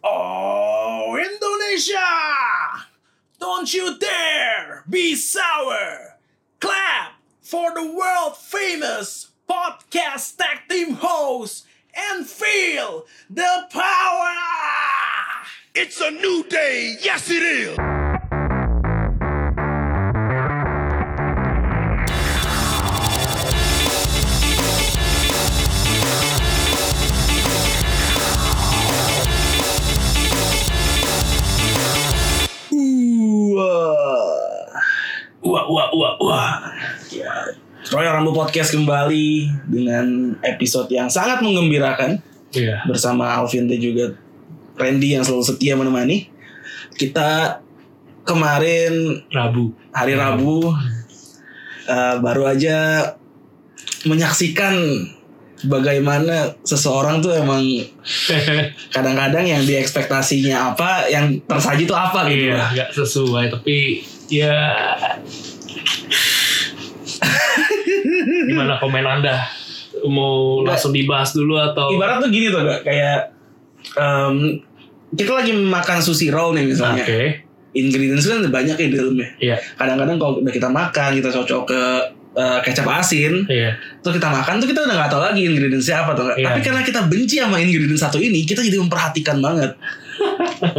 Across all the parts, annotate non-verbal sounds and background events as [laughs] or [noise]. Malaysia! Oh, Don't you dare be sour! Clap for the world famous podcast tag team host and feel the power! It's a new day. Yes, it is. Wah, wah, wah, wah. Ya. Royal Rumble Podcast kembali dengan episode yang sangat menggembirakan Iya. bersama Alvin dan juga Randy yang selalu setia menemani. Kita kemarin Rabu. hari Rabu eh, baru aja menyaksikan bagaimana seseorang tuh emang [laughs] kadang-kadang yang diekspektasinya apa, yang tersaji tuh apa gitu. iya, nggak sesuai tapi ya gimana komen anda mau Nggak. Iya. langsung dibahas dulu atau Ibarat tuh gini tuh Kak, kayak em, kita lagi makan sushi roll nih oke misalnya. Ingredients kan banyak ya di dalamnya. iya Kadang-kadang kalau udah kita makan kita cocok ke eh, kecap asin, iya terus kita makan tuh kita udah nggak tahu lagi ingredientsnya apa tuh. Kak. Iya. Tapi karena kita benci sama ingredients satu ini, kita jadi memperhatikan [laughs] banget.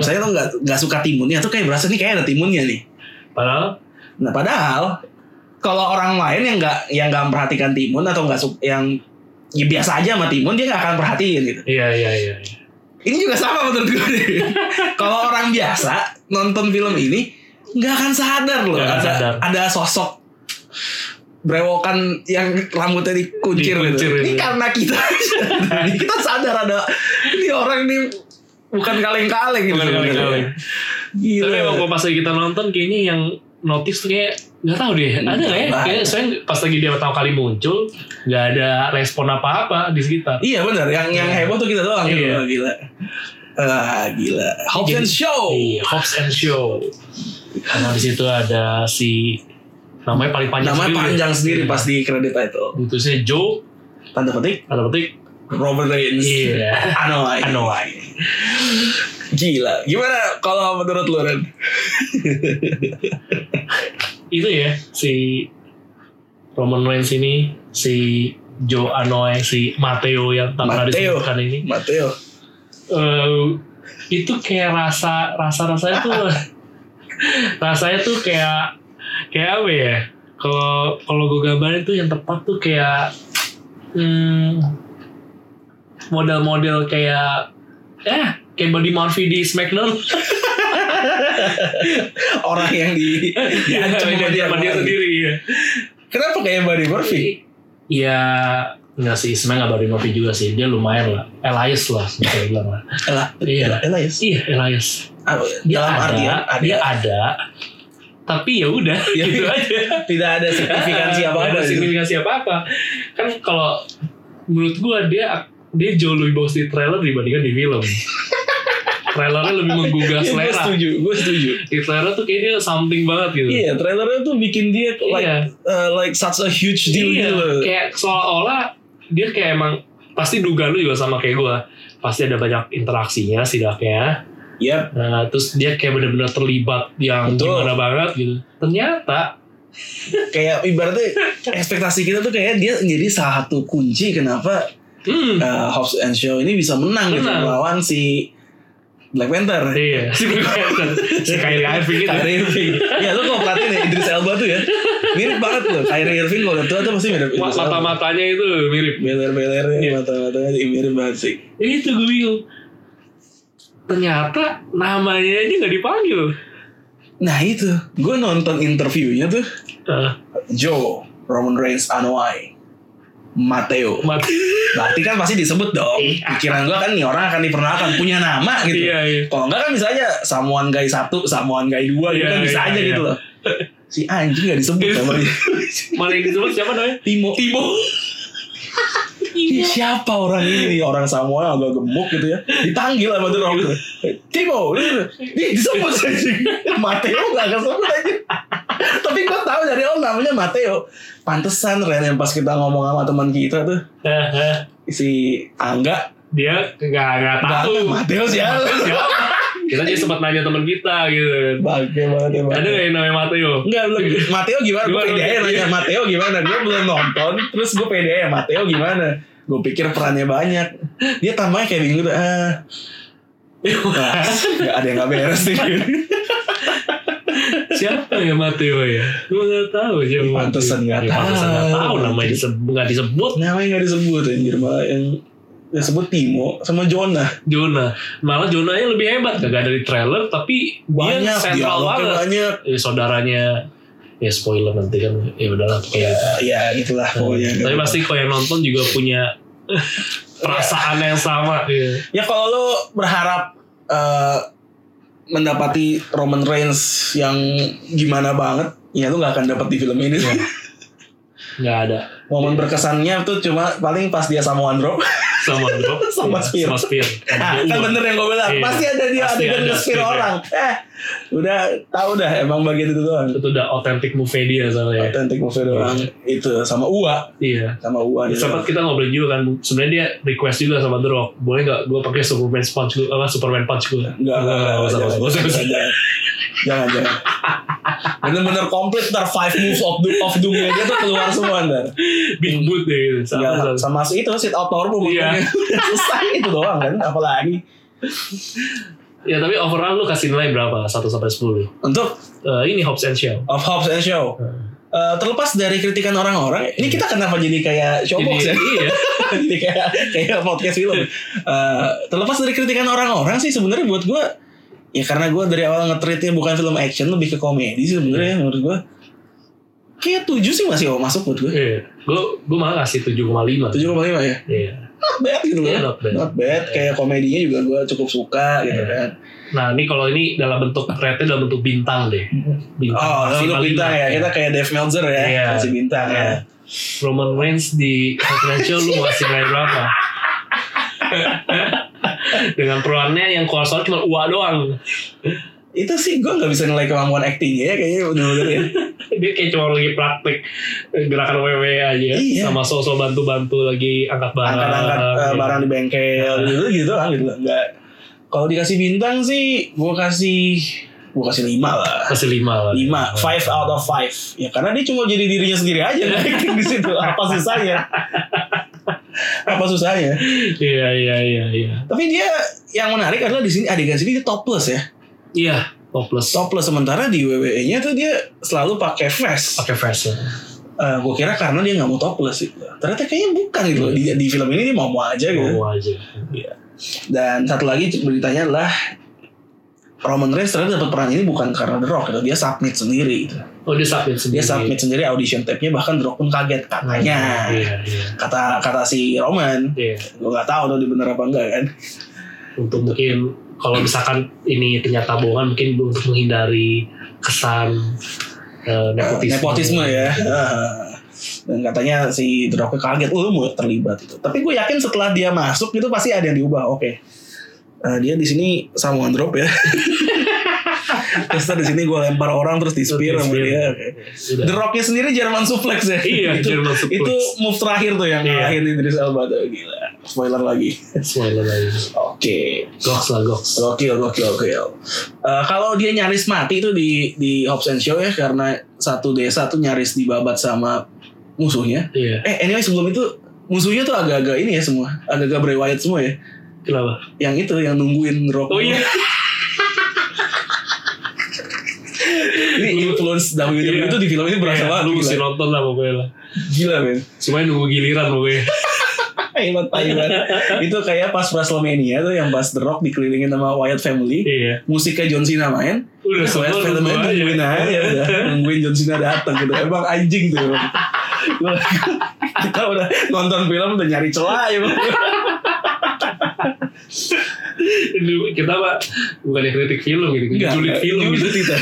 Saya tuh nggak nggak suka timunnya tuh kayak berasa nih kayak ada timunnya nih. padahal Nah padahal kalau orang lain yang nggak yang nggak memperhatikan timun atau nggak su- yang ya biasa aja sama timun dia nggak akan perhatiin gitu. iya iya iya iya. Ini juga sama menurut gue [laughs] nih. Kalau orang biasa nonton film ini nggak akan sadar loh Nggak akan ada sadar. ada sosok brewokan yang rambutnya dikuncir, Dikuncir gitu. Ini gitu. karena kita [laughs] kita sadar ada ini orang ini bukan kaleng-kaleng gitu. Bukan sebenarnya. kaleng-kaleng. Gila. tapi emang kalau pas lagi kita nonton kayaknya yang notice tuh kayak nggak tahu deh ada nggak ya Nggak. kayak soalnya pas lagi dia pertama kali muncul nggak ada respon apa apa di sekitar Iya benar, yang yang heboh tuh kita doang gitu. Iya. Gila. Ah, gila. Hopkins Show. Iya, Hobbs and Show. Karena di situ ada si namanya paling panjang Namanya sendiri. panjang sendiri Iya. pas di kredit title. Putusnya Joe, Tanda petik tanda petik. Robert Reigns. Iya. Anoa'i. Anoa'i. Gila. Gimana kalau menurut lu Ren? Itu ya si Roman Reigns ini, si Joe Anoa'i, si Matteo yang tak pernah Matteo. disebutkan ini. Mateo. Eh, itu kayak rasa rasa rasanya tuh [laughs] rasanya tuh kayak kayak apa ya kalau kalau gue gambarin tuh yang tepat tuh kayak hmm, model-model kayak eh kayak body Murphy di Smackdown Orang yang [laughs] di diancam sama dia. sama Iya, dia sendiri ya Kenapa kayak Buddy iya, Murphy? ya nggak sih sebenarnya nggak body Murphy juga sih dia lumayan lah Elias lah bisa bilang lah Elah. Iya. Elias. iya Elias dia Dalam ada, artian dia ada. ada tapi ya [laughs] udah Ya, gitu aja Tidak ada [laughs] signifikansi Nggak apa-apa. ada gitu. signifikansi apa apa kan kalau menurut gua dia dia jauh lebih bagus di trailer dibandingkan di [laughs] film trailernya lebih menggugah Iya, Gue selera setuju, gue setuju. di trailer tuh kayaknya something banget gitu Iya, trailernya tuh bikin dia like Iya. uh, like such a huge deal Iya, gitu loh. kayak seolah-olah dia kayak emang pasti dugaan lu juga sama kayak gua pasti ada banyak interaksinya setidaknya Yap. Nah, terus dia kayak benar-benar terlibat yang Betul. gimana banget gitu. Ternyata kayak [laughs] ibaratnya ekspektasi kita tuh kayak dia jadi salah satu kunci kenapa hmm, uh, Hobbs and Shaw ini bisa menang gitu Menang. melawan si Black Panther. [laughs] iya, si si Kyrie Irving gitu. Kyrie Irving. ya lu kalau perhatiin ya Idris Elba tuh ya mirip banget loh. Kyrie Irving kalau udah tua tuh pasti mirip. Wah, Idris Elba. mata-matanya itu mirip. Beler-belernya Iya. mata-matanya mirip banget sih. Ini tuh gue bingung. Ternyata namanya aja nggak dipanggil. Nah itu, gue nonton interviewnya tuh Nah, Joe, Roman Reigns, Anoa'i, Mateo. mati. Berarti kan pasti disebut dong. Pikiran gua kan nih orang akan diperkenalkan punya nama gitu. Iya, iya. Kalau enggak kan bisa aja samuan guy satu, samuan guy dua gitu Iya, kan bisa iya, aja iya. gitu loh. Si anjing gak disebut Iya. sama dia. Mana yang disebut siapa namanya? Timo. Timo. Ih, Siapa orang ini? Orang Samoa agak gemuk gitu ya. Dipanggil sama tuh orang. Timo. Ih, disebut anjing. Mateo gak kesebut aja. Tapi gua tahu dari oh namanya Mateo. Pantesan Ren yang pas kita ngomong sama teman kita tuh. Nah, nah, Si Angga. dia nggak nggak Mateo tahu. Mateo siapa? Siapa? Kita aja sempat nanya teman kita gitu kan. Bangke banget ya Ada Mateo. nggak yang namanya Mateo? Enggak, lu, Mateo gimana? Gue Gimana? Iya. pede aja nanya Mateo gimana. Gue belum nonton, terus gue pede aja Mateo gimana. Gue pikir perannya banyak. Dia tambahnya kayak bingung. Ah, ah, nggak ada yang gak beres nih. siapa ya Mateo ya? Gue nggak tahu siapa. Mateo. Pantesan nggak Ya, Pantesan nggak tahu. tahu namanya disebut nggak disebut Namanya gak disebut anjir. Malah yang yang sebut Timo sama Jonah. Jonah. Malah Jonahnya lebih hebat. Gak ada di trailer tapi dia Banyak, Iya, sentral dialognya banget. banyak. Ya, saudaranya ya spoiler nanti kan ya udahlah kayak gitu. Ya itulah pokoknya. Tapi pasti kalau yang nonton juga [laughs] punya perasaan yang sama. Iya. Ya kalau lo berharap eh, mendapati Roman Reigns yang gimana banget, ya lo nggak akan dapat di film ini. Iya. Nggak ada Iya. Momen berkesannya tuh cuma paling pas dia sama [laughs] Andro. sama Andro, Sama Spear. Iya, Sama [laughs] Spear. Nah, kan bener yang gue bilang, Iya. pasti ada dia Pasti adegan ada nge-spear spear-nya. orang. Eh, udah tahu dah emang bagian itu doang. Itu udah authentic movie dia soalnya. Authentic movie doang. Itu sama Ua, Iya. sama Ua. dia. sempat kita ngobrol juga kan sebenarnya dia request juga sama The Rock boleh nggak gue pakai Superman punch gue apa Superman punch gue Enggak, enggak, enggak, usah jangan, nggak usah, nggak usah. jangan, jangan. Jangan, [laughs] jangan. Bener-bener komplit ntar five moves of doom, of doom aja tuh keluar semua ntar. big boot deh gitu sama Sama, sama sama si itu sit out power boom. Iya. Udah [laughs] selesai itu doang kan, apalagi. ya tapi overall lu kasih nilai berapa 1 sampai 10 Untuk Eh, ini Hobbs and Shaw of Hobbs and Show. Hmm. Eh, terlepas dari kritikan orang-orang, ini kita kenapa jadi kayak showbox ya? Jadi, iya [laughs] Jadi kayak kayak podcast film. Eh, terlepas dari kritikan orang-orang sih sebenarnya buat gue ya karena gue dari awal nge-treatnya bukan film action lebih ke komedi sih Iya. sebenarnya menurut gue kayak 7 sih masih masuk buat gue iya gue gue malah kasih 7,5 7,5 ya iya not bad gitu loh Iya, not bad. not bad kayak komedinya juga gue cukup suka gitu kan nah ini kalau ini dalam bentuk rate dalam bentuk bintang deh bintang oh lalu Maksimal bintang lima. ya kita kayak Dave Meltzer ya Iya. masih bintang ya Iya. Roman Reigns di Confidential lu ngasih nilai berapa? [laughs] Dengan perannya yang keluar soal cuma Ua doang. itu sih gue nggak bisa nilai kemampuan actingnya ya kayaknya bener-bener ya Dia kayak cuma lagi praktik gerakan WWE aja. Iya. Sama sosok bantu-bantu lagi angkat barang. angkat-angkat eh, barang di bengkel gitu gitu kan gitu loh. nggak kalau dikasih bintang sih gua kasih gua kasih lima lah Kasih lima lah. lima five out of five ya karena dia cuma jadi dirinya sendiri aja nggak acting di situ apa susahnya apa susahnya Iya, iya, iya, iya. tapi dia yang menarik adalah di sini adegan sini dia topless ya Iya, topless. topless sementara di WWE nya tuh dia selalu pakai vest Pakai ya? versi. Eh gue kira karena dia nggak mau topless gitu ternyata kayaknya bukan gitu loh. di, di film ini dia mau mau aja gitu Mau Oh, aja. Dan satu lagi beritanya adalah Roman Reigns ternyata dapat peran ini bukan karena The Rock, gitu. dia submit sendiri. Gitu. Oh, dia submit sendiri. Dia submit sendiri audition tape-nya bahkan The Rock pun kaget katanya. Iya, iya. Kata kata si Roman, Iya. gue nggak tahu tuh dia bener apa enggak kan. untuk mungkin kalau misalkan ini ternyata bohongan mungkin untuk menghindari kesan eh, nepotisme. Nepotisme ya. [laughs] Dan katanya si The Rock kaget, oh, lu mau terlibat itu. Tapi gue yakin setelah dia masuk itu pasti ada yang diubah. Oke. Eh, dia di sini sama drop ya. [laughs] terus ntar di sini gue lempar orang terus di spear sama Di-spear. dia. Oke. Sudah. The Rock-nya sendiri Jerman suplex ya. Iya, itu, [laughs] Jerman suplex. Itu move terakhir tuh yang Iya. ngalahin Idris Elba tuh gila. Spoiler lagi. Spoiler lagi. Oke. Goks lah goks. Gokil, gokil, gokil. Eh, kalau dia nyaris mati itu di di Hobbs and Shaw ya karena satu desa tuh nyaris dibabat sama musuhnya. Iya. Eh anyway sebelum itu musuhnya tuh agak-agak ini ya semua, agak-agak Bray Wyatt semua ya. Kenapa? Yang itu yang nungguin Rock. Oh iya. Ini influence WWE Iya. itu di film ini [laughs] berasa Iya, banget. Lu mesti Gila, nonton lah pokoknya lah. gila men. Semuanya nunggu giliran pokoknya. [laughs] Taiwan Taiwan itu kayak pas Wrestlemania tuh yang pas The Rock dikelilingin sama Wyatt Family iya. musiknya John Cena main Udah Wyatt semua Family nunggu main nungguin [laughs] aja. aja udah nungguin John Cena datang gitu emang anjing tuh emang. kita udah nonton film udah nyari celah ya Bang. Dulu Kita pak bukannya kritik film gitu, julid film gitu. Julid kita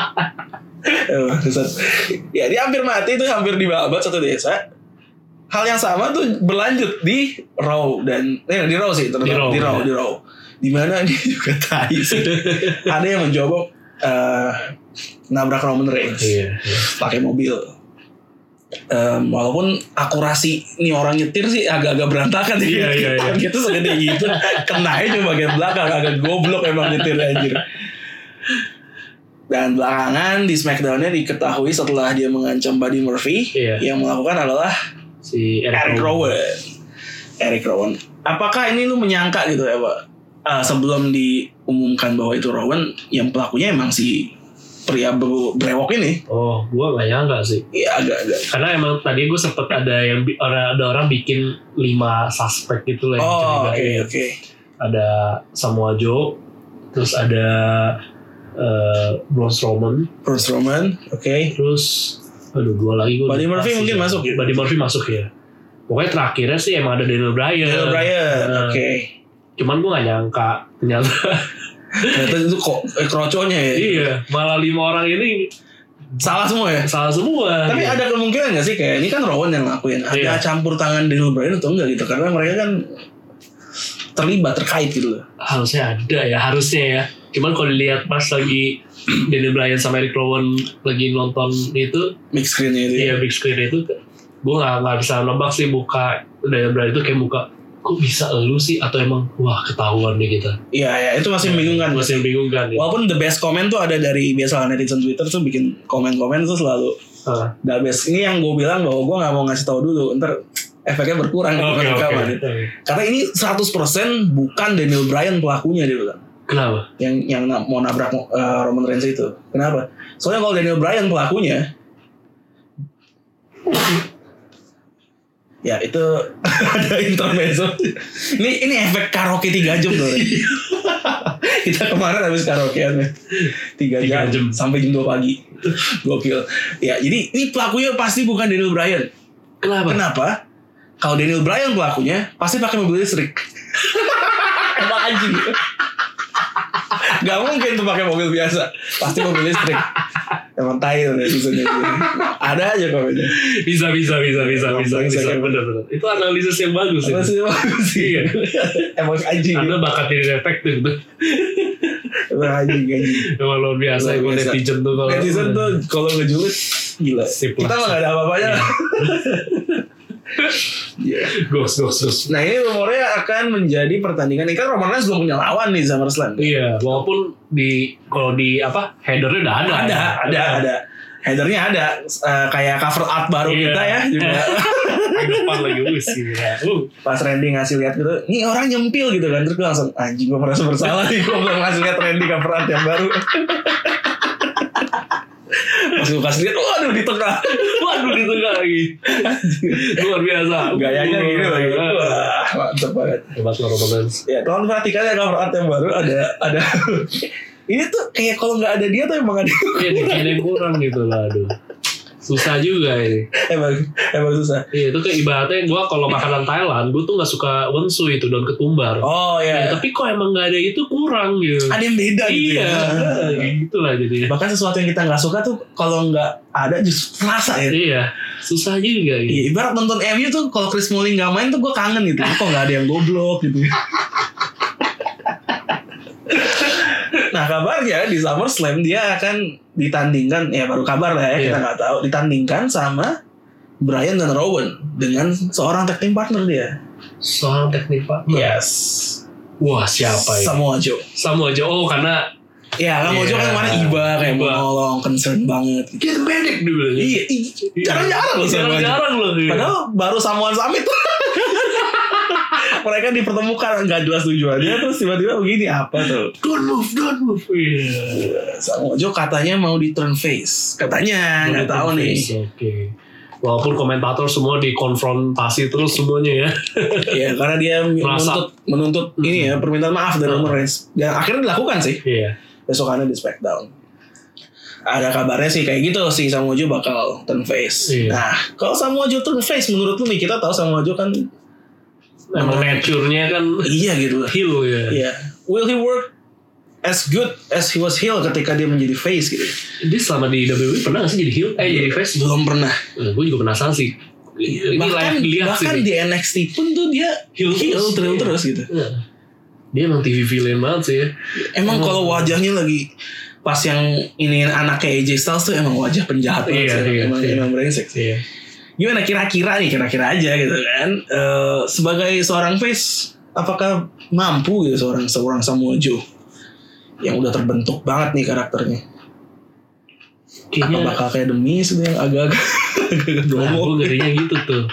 [laughs] Emang, Ustaz. ya dia hampir mati itu hampir dibabat satu desa hal yang sama tuh berlanjut di Raw dan eh, di Raw sih terutama. Di Raw, di Raw ya. di Raw di mana [laughs] dia juga tai sih ada yang menjobok eh, nabrak Roman Reigns Iya. iya. pakai mobil Em, walaupun akurasi nih orang nyetir sih agak-agag berantakan Iya, iya, iya. [laughs] gitu segede gitu kenanya cuma bagian belakang agak goblok emang nyetir anjir dan belakangan di Smackdownnya diketahui setelah dia mengancam Buddy Murphy Iya. yang melakukan adalah si Eric Rowan. Eric Rowan. Apakah ini lu menyangka gitu ya Pak? Eh, sebelum diumumkan bahwa itu Rowan, yang pelakunya emang si pria ber- brewok ini. Oh, gua gak nyangka sih. Ya agak-agak. Karena emang tadi gue sempet ada yang bi- orang ada orang bikin lima suspek gitu lah yang Oh oke dicurigain. oke. Ada Samoa Joe, terus ada eh Braun Strowman, Braun Strowman, oke. terus aduh dua lagi gue. Buddy Murphy mungkin masuk ya? Buddy Murphy masuk ya. Pokoknya terakhirnya sih emang ada Daniel Bryan. Daniel Bryan, Nah, oke. Cuman gue gak nyangka ternyata Ternyata itu kok eh, kroconya ya. [laughs] iya malah lima orang ini Salah semua ya. salah semua. Tapi Iya. ada kemungkinan gak sih kayak ini kan Rowan yang ngelakuin. Ada Iya. campur tangan Daniel Bryan atau enggak gitu? Karena mereka kan terlibat terkait gitu loh. harusnya ada ya harusnya ya cuman kalau dilihat pas lagi [clears throat] Daniel Bryan sama Eric Rowan lagi nonton itu Mix screennya itu. ya big screen itu gue nggak nggak bisa nebak sih muka Daniel Bryan itu kayak muka kok bisa elu sih atau emang wah ketahuan nih kita Iya, ya, itu masih membingungkan. masih bingung kan ya. Walaupun the best comment tuh ada dari biasa netizen Twitter tuh bikin komen-komen tuh selalu Ah, the best. Ini yang gue bilang bahwa gue nggak mau ngasih tahu dulu, ntar efeknya berkurang gitu oke kan, oke kawan. Karena ini 100% bukan Daniel Bryan pelakunya dia bilang. kenapa Yang yang na- mau nabrak uh, Roman Reigns itu. Kenapa? Soalnya kalau Daniel Bryan pelakunya Ya itu [laughs] ada intermezzo. Ini ini efek karaoke 3 jam [laughs] tuh. kita kemarin habis karaokean ya. Tiga Tiga jam, jam. sampai jam 2 pagi. Gokil. Ya, jadi ini pelakunya pasti bukan Daniel Bryan. kenapa Kenapa? Kalau Daniel Bryan pelakunya pasti pakai mobil listrik. [laughs] Emang anjing. Gak mungkin tuh pakai mobil biasa. Pasti mobil listrik. Emang tai tuh netizennya gitu. Ada aja komennya. [laughs] bisa bisa bisa bisa bisa Bangsa, bisa kayak- benar benar itu analisis yang bagus Emang itu sih bagus sih. Iya. Emang anjing. anda bakat diri efektif tuh Emang anjing anjing. [laughs] Emang luar Luar biasa emang biasa. netizen tuh kalau Netizen tuh kalau ngejulit gila. Sip lah. Kita mah gak ada apa-apanya. Iya. gos gos gos Nah ini rumornya akan menjadi pertandingan. Ini kan Roman Reigns belum punya lawan nih SummerSlam. Iya, walaupun di kalau di apa headernya udah ada. ada ada ada headernya ada Eh, kayak cover art baru Iya. kita ya juga Di depan lagi wis gitu ya. Uh, pas Randy ngasih lihat gitu ini orang nyempil gitu kan terus gue langsung anjing gue merasa bersalah nih gue belum ngasih lihat Randy cover art yang baru [laughs] pas gue kasih lihat waduh di tengah waduh di tengah [laughs] lagi. Luar biasa. Uh. gayanya gini lagi Wah, wah mantep banget Hebat lo Roman Reigns. ya tolong perhatikan ya cover art yang baru ada ada [laughs] ini tuh kayak kalau nggak ada dia tuh emang ada [laughs] Iya, bikin yang kurang gitu lah aduh. Susah juga ini. emang emang susah Iya, itu kayak ibaratnya gua kalau makanan Thailand, gua tuh nggak suka wensu itu daun ketumbar. oh ya Ya, tapi kok emang nggak ada itu kurang gitu. ada yang beda gitu iya, ya kayak gitu lah jadinya. bahkan sesuatu yang kita nggak suka tuh kalau nggak ada justru terasa ya Iya, susah juga gitu. Iya, ibarat nonton MU tuh kalau Chris Smalling nggak main tuh gue kangen gitu kok nggak ada yang goblok [laughs] gitu nah kabarnya di SummerSlam dia akan ditandingkan ya baru kabar lah ya kita Iya. nggak tahu ditandingkan sama Brian dan Rowan dengan seorang tag team partner dia Soal teknik Pak. Nah, yes Wah, siapa ya? Samoa Joe Samoa Joe oh karena ya Samoa Joe kan Iya. kemarin iba kayak Iba. mau nolong concern banget get medic dulu ya. iya i- jarang-jarang loh Samoa Joe jarang loh iya. Padahal baru Samuan Summit Mereka dipertemukan nggak jelas tujuannya Iya. terus tiba-tiba begini apa tuh? don't move don't move iya Samoa Joe katanya mau di turn face, katanya nggak tahu nih. Oke. Walaupun komentator semua dikonfrontasi terus semuanya ya. Ya karena dia Merasa. Hmm. menuntut menuntut ini ya permintaan maaf dari Roman Reigns dan akhirnya dilakukan sih Iya. besokannya di Smackdown. Ada kabarnya sih kayak gitu si Samoa Joe bakal turn face. Iya. Nah kalau Samoa Joe turn face menurut lu nih kita tahu Samoa Joe kan Emang nature-nya kan iya gitu lah. heal ya. Nah. Iya. Will he work as good as he was heel ketika dia menjadi face gitu? Dia selama di WWE pernah gak sih jadi heal? Eh jadi face? Belum pernah. Eh, gue juga penasaran sih. Iya, Ini layak bahkan dilihat bahkan sih. di NXT pun tuh dia heel, Heel terus, terus, iya. terus gitu. Iya. Dia emang TV villain banget sih ya. Emang Emang- kalau wajahnya lagi pas yang ini anaknya AJ Styles tuh emang wajah penjahat banget Iya, sih. iya, emang iya. emang brengsek sih. Iya. gimana kira-kira nih kira-kira aja gitu kan Eh, sebagai seorang face apakah mampu gitu seorang seorang Samuel Joe yang udah terbentuk banget nih karakternya apa Kayaknya bakal kayak demi sebenarnya agak-agak agak-agak Nah, domo gue ngerinya gitu tuh.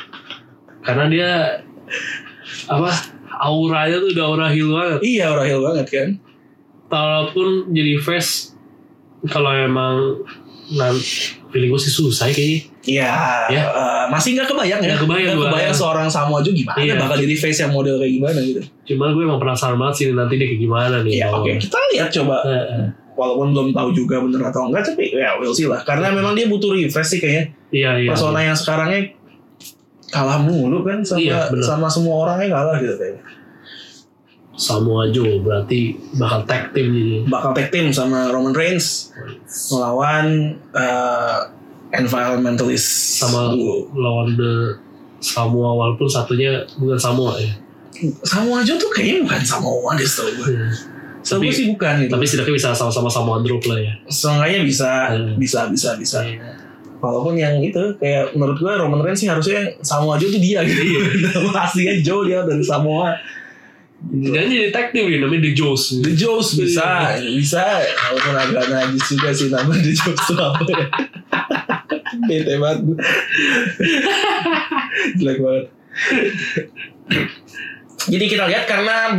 Karena dia apa auranya tuh udah aura heel banget. iya Rahil banget kan Walaupun jadi face kalau emang nan feeling gue sih susah kayaknya. Iya, Ya. eh, masih nggak kebayang ya? Nggak kebayang Nggak gua. seorang Samoa Joe gimana Iya. bakal jadi face yang model kayak gimana gitu. Cuman gue emang penasaran banget sih nanti dia kayak gimana nih. Iya, Oh. oke. Kita lihat coba Eh, eh. walaupun belum tahu juga bener atau enggak tapi ya we'll see lah karena memang dia butuh refresh sih kayaknya Iya iya. persona yang sekarangnya kalah mulu kan sama Iya, bener. sama semua orangnya kalah gitu kayaknya Samoa Joe berarti bakal tag team jadi. bakal tag team sama Roman Reigns melawan eh, environmentalist Sama duo. lawan the Samoa walaupun satunya bukan Samoa ya. Samoa Joe tuh kayaknya bukan Samoa deh setahu gue Hmm. setahu Tapi- gue sih bukan gitu Tapi setidaknya bisa sama-sama Samoa drop lah ya. Seenggaknya bisa, Hmm. bisa, bisa, bisa. Walaupun yang itu kayak menurut gue Roman Reigns sih harusnya Samoa Joe tuh dia Iya. gitu. Nama [laughs] aslinya Joe dia dari Samoa. Gitu. Jangan jadi tag team ya namanya The Joes. The Joes bisa, bisa. Walaupun agak najis juga sih nama The Joes tuh apa ya. [laughs] Bete banget. [laughs] gua. Jelek banget. Jadi kita lihat karena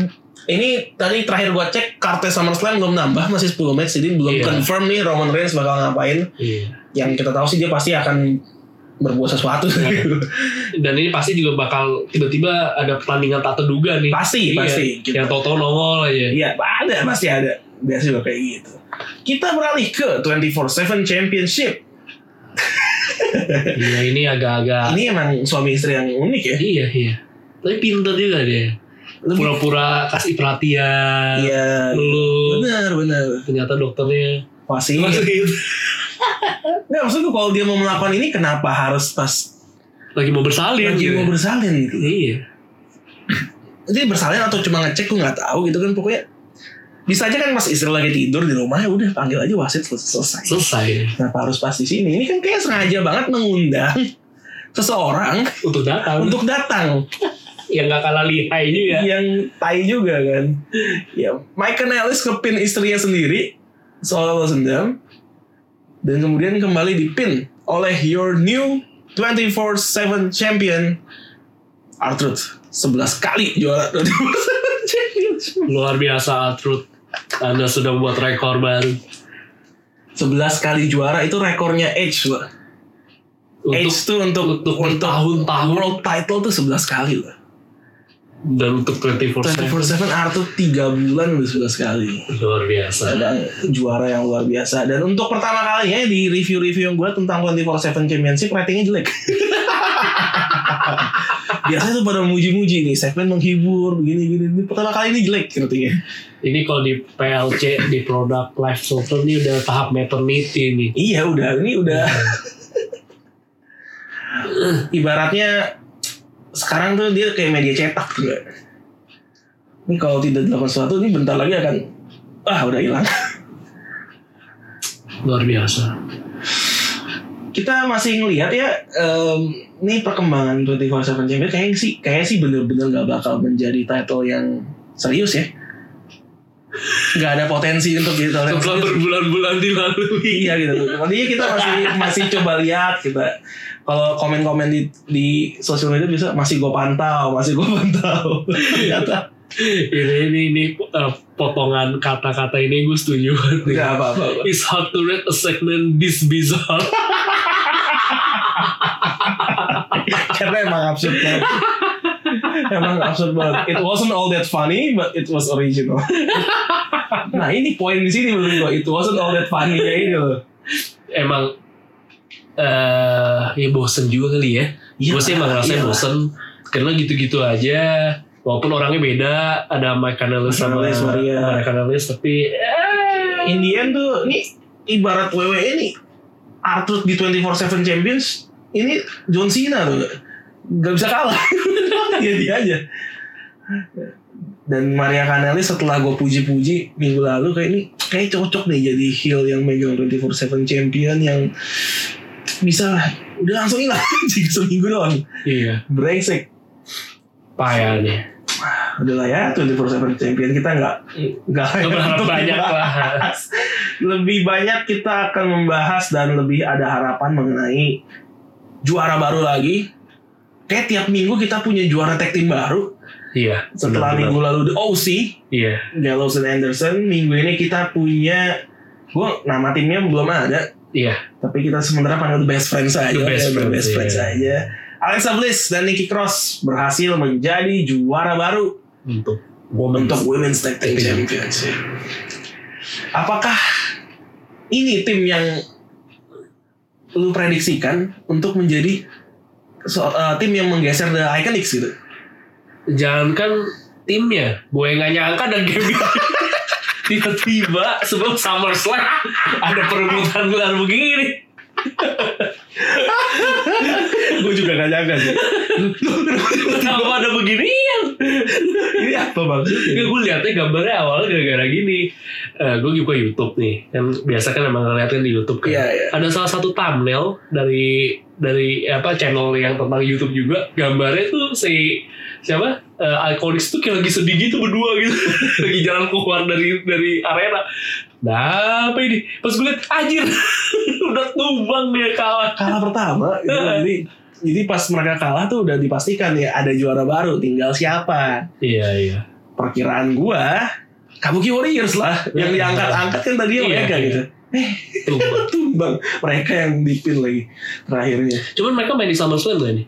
ini tadi terakhir gua cek kartu SummerSlam belum nambah masih 10 match jadi belum Iya. confirm nih Roman Reigns bakal ngapain Iya. yang kita tahu sih dia pasti akan berbuat sesuatu Dan ini pasti juga bakal tiba-tiba ada pertandingan tak terduga nih. pasti Iya. pasti Yang tau-tau nongol ya. aja. [laughs] iya ada pasti ada biasa juga kayak gitu kita beralih ke 24/7 championship Iya ini agak-agak. ini emang suami istri yang unik ya Iya iya. Tapi pinter juga dia. Lebih- Pura-pura kasih perhatian. iya Lu benar benar ternyata dokternya pasti Maksud gitu. nggak maksud gue kalau dia mau melakukan ini kenapa harus pas lagi mau bersalin lagi gitu. mau bersalin gitu Iya. jadi bersalin atau cuma ngecek gue nggak tahu gitu kan pokoknya bisa aja kan pas istri lagi tidur di rumah ya udah panggil aja wasit sel- selesai Selesai Kenapa harus pas di sini? Ini kan kayak sengaja banget mengundang seseorang untuk datang. untuk Iya. datang yang gak kalah lihai juga. yang tai juga kan. Ya, Mike Kanellis kepin istrinya sendiri soal balas dendam dan kemudian kembali dipin oleh your new 24/7 champion Artruth 11 kali juara [laughs] 24/7 championship. Luar biasa Atrut. Anda sudah membuat rekor baru 11 kali juara itu rekornya Edge, Pak. untuk Edge tuh untuk untuk bertahun-tahun. world title tuh 11 kali loh. dan untuk 24/7 24/7 Arthur 3 bulan udah sudah sekali. luar biasa. Ada juara yang luar biasa. Dan untuk pertama kalinya di review-review yang gue tentang 24/7 Championship ratingnya jelek. [laughs] Biasanya tuh pada muji-muji nih, segmen menghibur, begini-gini. Ini Pertama kali ini jelek ratingnya. Ini kalau di PLC di produk life software ini udah tahap maternity nih. Iya udah, ini udah. [laughs] Ibaratnya sekarang tuh dia kayak media cetak juga. Ini kalau tidak dilakukan sesuatu, ini bentar lagi akan ah udah hilang. Luar biasa. kita masih ngelihat ya em, ini perkembangan 24/7 Champion kayaknya sih kayaknya sih bener-bener nggak bakal menjadi title yang serius ya nggak ada potensi untuk jadi title yang Setelah serius berbulan-bulan dilalui. iya gitu makanya kita masih masih coba lihat kita kalau komen-komen di di sosial media bisa masih gue pantau masih gue pantau ternyata Ini ini ini eh, potongan kata-kata ini gue setuju banget. nih. nggak apa-apa It's hard to read a segment this bizarre. karena emang absurd banget emang absurd banget it wasn't all that funny but it was original nah ini poin di sini menurut gua it wasn't all that funny ya ini loh Emang eh ya bosen juga kali ya. Iya, gue sih emang rasanya iya. bosen karena gitu-gitu aja walaupun orangnya beda ada Mike Kanellis Mike sama Kanellis, Maria. Mike Kanellis tapi eh, Indian tuh ini ibarat WWE ini Arthur di 24/7 Champions ini John Cena tuh nggak bisa kalah [laughs] dia dia aja dan Maria Kanellis setelah gue puji-puji minggu lalu kayak ini kayak cocok nih jadi heel yang megang 24/7 champion yang bisa lah udah langsung hilang [laughs] anjing seminggu doang Iya. brengsek Payah nih. udah lah ya 24-7 champion kita nggak nggak Gak berharap untuk banyak lah. dibahas. lebih banyak kita akan membahas dan lebih ada harapan mengenai juara baru lagi kayak tiap minggu kita punya juara tag team baru Iya. setelah benar-benar. minggu lalu the OC Iya. Gallows dan Anderson minggu ini kita punya gue nama timnya belum ada Iya. tapi kita sementara panggil the best friends aja The Best ya, Friends, iya. friends aja Alexa Bliss dan Nikki Cross berhasil menjadi juara baru Untuk woman. untuk Women's Tag Team Iya. Championship. Apakah ini tim yang lu prediksikan untuk menjadi so- eh, tim yang menggeser The Iconics gitu? Jangankan timnya, kan ya? gue yang gak nyangka dan game ini. [laughs] tiba-tiba sebelum SummerSlam ada perebutan gelar begini. gue juga gak nyangka [laughs] sih. Kenapa ada beginian? Ini apa maksudnya? Nggak, gue liatnya gambarnya awalnya gara-gara gini. Eh, gue juga YouTube nih, kan biasa kan emang ngeliatin di YouTube kan. Iya, iya. Ada salah satu thumbnail dari dari apa channel yang tentang YouTube juga. Gambarnya tuh si siapa? Eh, Iconics tuh kayak lagi sedih gitu berdua gitu. [laughs] lagi jalan keluar dari dari arena. Nah, apa ini? Pas gue liat, anjir. [laughs] Udah tumbang dia kalah. kalah pertama gitu. [laughs] jadi jadi pas mereka kalah tuh udah dipastikan ya ada juara baru tinggal siapa Iya, iya. perkiraan gua Kabuki Warriors lah yang diangkat-angkat kan tadi Iya. mereka gitu [laughs] Tumbang. tumbang mereka yang dipin lagi terakhirnya Cuman mereka main di SummerSlam tuh ini.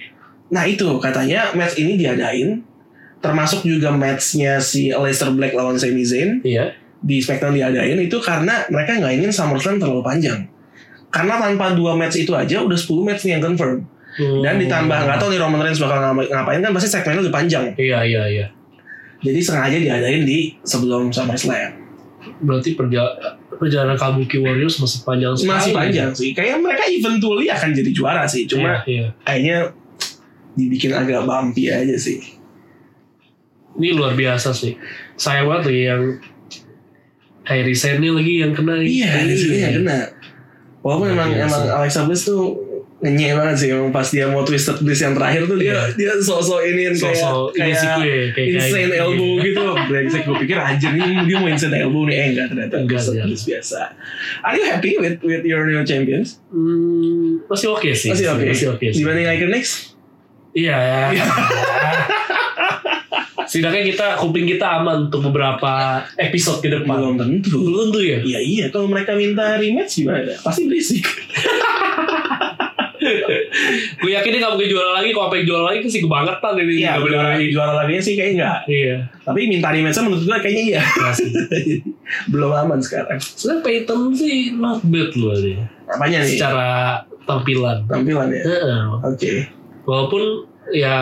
nah itu katanya match ini diadain termasuk juga matchnya si Leicester Black lawan Sami Zayn Iya. di SmackDown diadain itu karena mereka nggak ingin SummerSlam terlalu panjang karena tanpa dua match itu aja udah 10 match nih yang confirm Dan Hmm. ditambah nggak tahu nih Roman Reigns bakal ngapa- ngapain kan pasti segmennya lebih panjang. Iya, iya, iya. Jadi sengaja diadain di sebelum SummerSlam. Berarti perja perjalanan Kabuki Warriors masih panjang sekali. Masih panjang sih. Kayaknya mereka eventually akan jadi juara sih. Cuma Iya, iya. kayaknya dibikin agak bumpy aja sih. Ini luar biasa sih. Sayang banget tuh yang Kairi Sen ini lagi yang kena. Iya, di sini ya kena. Walaupun Luar emang biasa. emang Alexa Bliss tuh ngenyek banget sih. Emang pas dia mau Twisted Bliss yang terakhir tuh dia dia sosok ini Iya. Sosok ini kayak sih kayak gue kayak insane kayak- elbow gitu. Brengsek gue pikir anjir nih dia mau insane elbow nih eh enggak ternyata Enggak, Twisted enggak. Bliss biasa. Are you happy with with your new champions? Hmm, masih oke sih. Masih oke. Masih oke. sih. Dibanding Iconics? [laughs] Iya. ya. Setidaknya kita kuping kita aman untuk beberapa episode ke depan. Belum tentu. Belum tuh ya. Iya iya, kalau mereka minta rematch gimana? Pasti berisik. Gue yakin dia gak mungkin juara lagi. Kalau pengen juara lagi kan sih kebangetan ini. Iya, Nggak boleh juara, lagi. juara laginya sih kayaknya enggak. Iya. Tapi minta rematch menurut gue kayaknya iya. [laughs] Masih. Belum aman sekarang. Sebenarnya Peyton sih not bad loh dia. Apanya nih? Secara tampilan. Tampilan ya. Heeh. Oke. Walaupun ya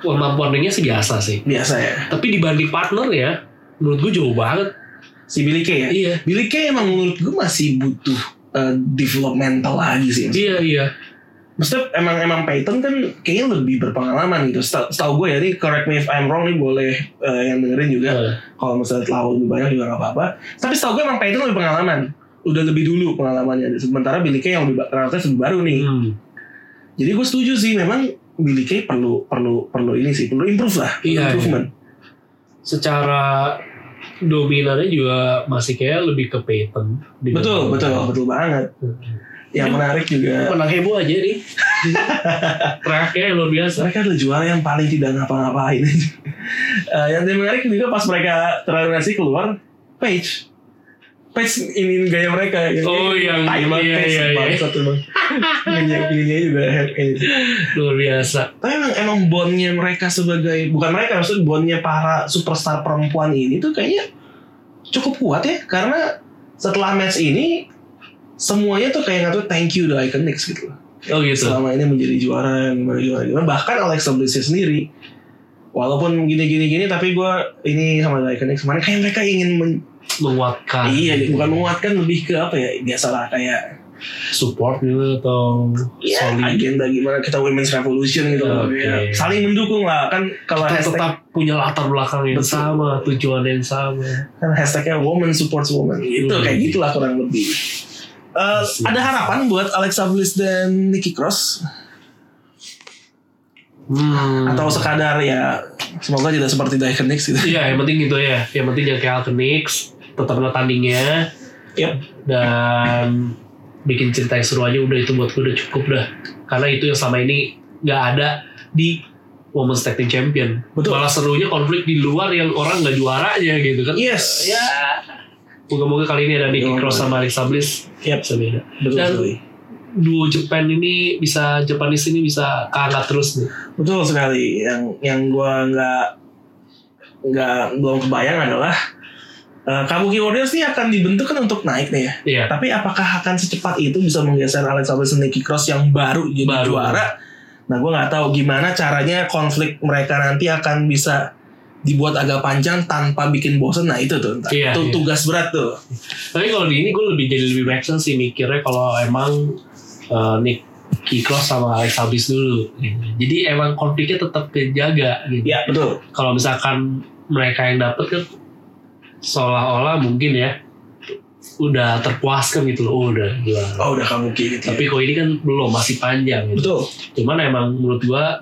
kemampuan ringnya sih biasa sih. Biasa ya. Tapi dibanding partner ya, menurut gue jauh banget. Si Billy Kay ya. Iya. Billy Kay emang menurut gue masih butuh eh, developmental lagi sih. Iya iya. Maksudnya emang emang Python kan kayaknya lebih berpengalaman gitu. Setau, setau gue ya nih, correct me if I'm wrong nih boleh eh, yang dengerin juga. Eh, kalau misalnya terlalu lebih banyak juga nggak apa-apa. Tapi setahu gue emang Payton lebih pengalaman, udah lebih dulu pengalamannya. Sementara Billy Kay yang lebih ba- ternyata lebih baru nih. hmm. Jadi gue setuju sih, memang Billy Kay perlu perlu perlu ini sih, perlu improve lah, perlu Iya, improvement. Secara dominannya juga masih kayak lebih ke Peyton. Betul betul betul banget. Yang Iya. menarik juga Menang heboh aja nih. [laughs] Terakhir luar biasa. mereka adalah juara yang paling tidak ngapa-ngapain. [laughs] Eh, yang yang menarik juga pas mereka terorganisasi keluar, Page. Page ini gaya mereka. Oh, yang- Taiwan iya, Page iya, iya. bangsat emang. Ngenyek-ngenyeknya juga ini. Luar biasa. Tapi emang emang bondnya mereka sebagai bukan mereka maksudnya bondnya para superstar perempuan ini tuh kayaknya cukup kuat ya karena setelah match ini semuanya tuh kayak ngatur thank you the Iconics gitu loh. Oh gitu. Selama ini menjadi juara gimana gimana gimana bahkan Alexa Bliss sendiri walaupun gini gini gini tapi gue ini sama the Iconics kemarin kayak mereka ingin men- Menguatkan. iya bukan menguatkan lebih ke apa ya biasalah kayak Support gitu atau ya, solid. agenda gimana kita women's revolution gitu loh Oke. ya. saling mendukung lah kan kalau Tetap, hashtag tetap punya latar belakang yang Betul. sama, tujuan yang sama. kan hashtagnya woman supports woman gitu Hmm. kayak gitulah kurang lebih Eh, ada harapan buat Alexa Bliss dan Nikki Cross Hmm. atau sekadar ya semoga tidak seperti Dyke Nix gitu. Iya, yang penting gitu ya. Yang penting jangan kayak Alkenix, tetaplah tandingnya Yap. dan bikin cerita yang seru aja udah itu buat gue udah cukup dah. Karena itu yang selama ini nggak ada di Women's Tag Team Champion. Betul. Malah serunya konflik di luar yang orang nggak juaranya gitu kan. Yes. Ya. Moga-moga kali ini ada Nikki Moga-moga. Cross sama Alexa Bliss Yap. bisa beda. Betul Dan- sekali. Duo Jepang ini bisa Japanis ini bisa keangkat terus nih. Betul sekali. Yang yang gua nggak nggak belum kebayang adalah eh, Kabuki Warriors ini akan dibentuk kan untuk naik nih ya. Iya. Tapi apakah akan secepat itu bisa menggeser Alex Bliss dan Nikki Cross yang baru jadi Baru. juara? Nah, gue nggak tahu gimana caranya konflik mereka nanti akan bisa dibuat agak panjang tanpa bikin bosen. Nah itu tuh, ntar. Iya, itu iya. tugas berat tuh. Tapi kalau di ini gue lebih jadi lebih make sense sih mikirnya kalau emang eh, Nicky Cross sama Alex Habis dulu. Jadi emang konfliknya tetap kejaga gitu. Ya betul. Kalau misalkan mereka yang dapet kan seolah-olah mungkin ya udah terpuaskan gitu loh, oh, udah juara. Oh udah kamu gitu. ya. Tapi kok ini kan belum masih panjang gitu. betul. Cuman emang menurut gua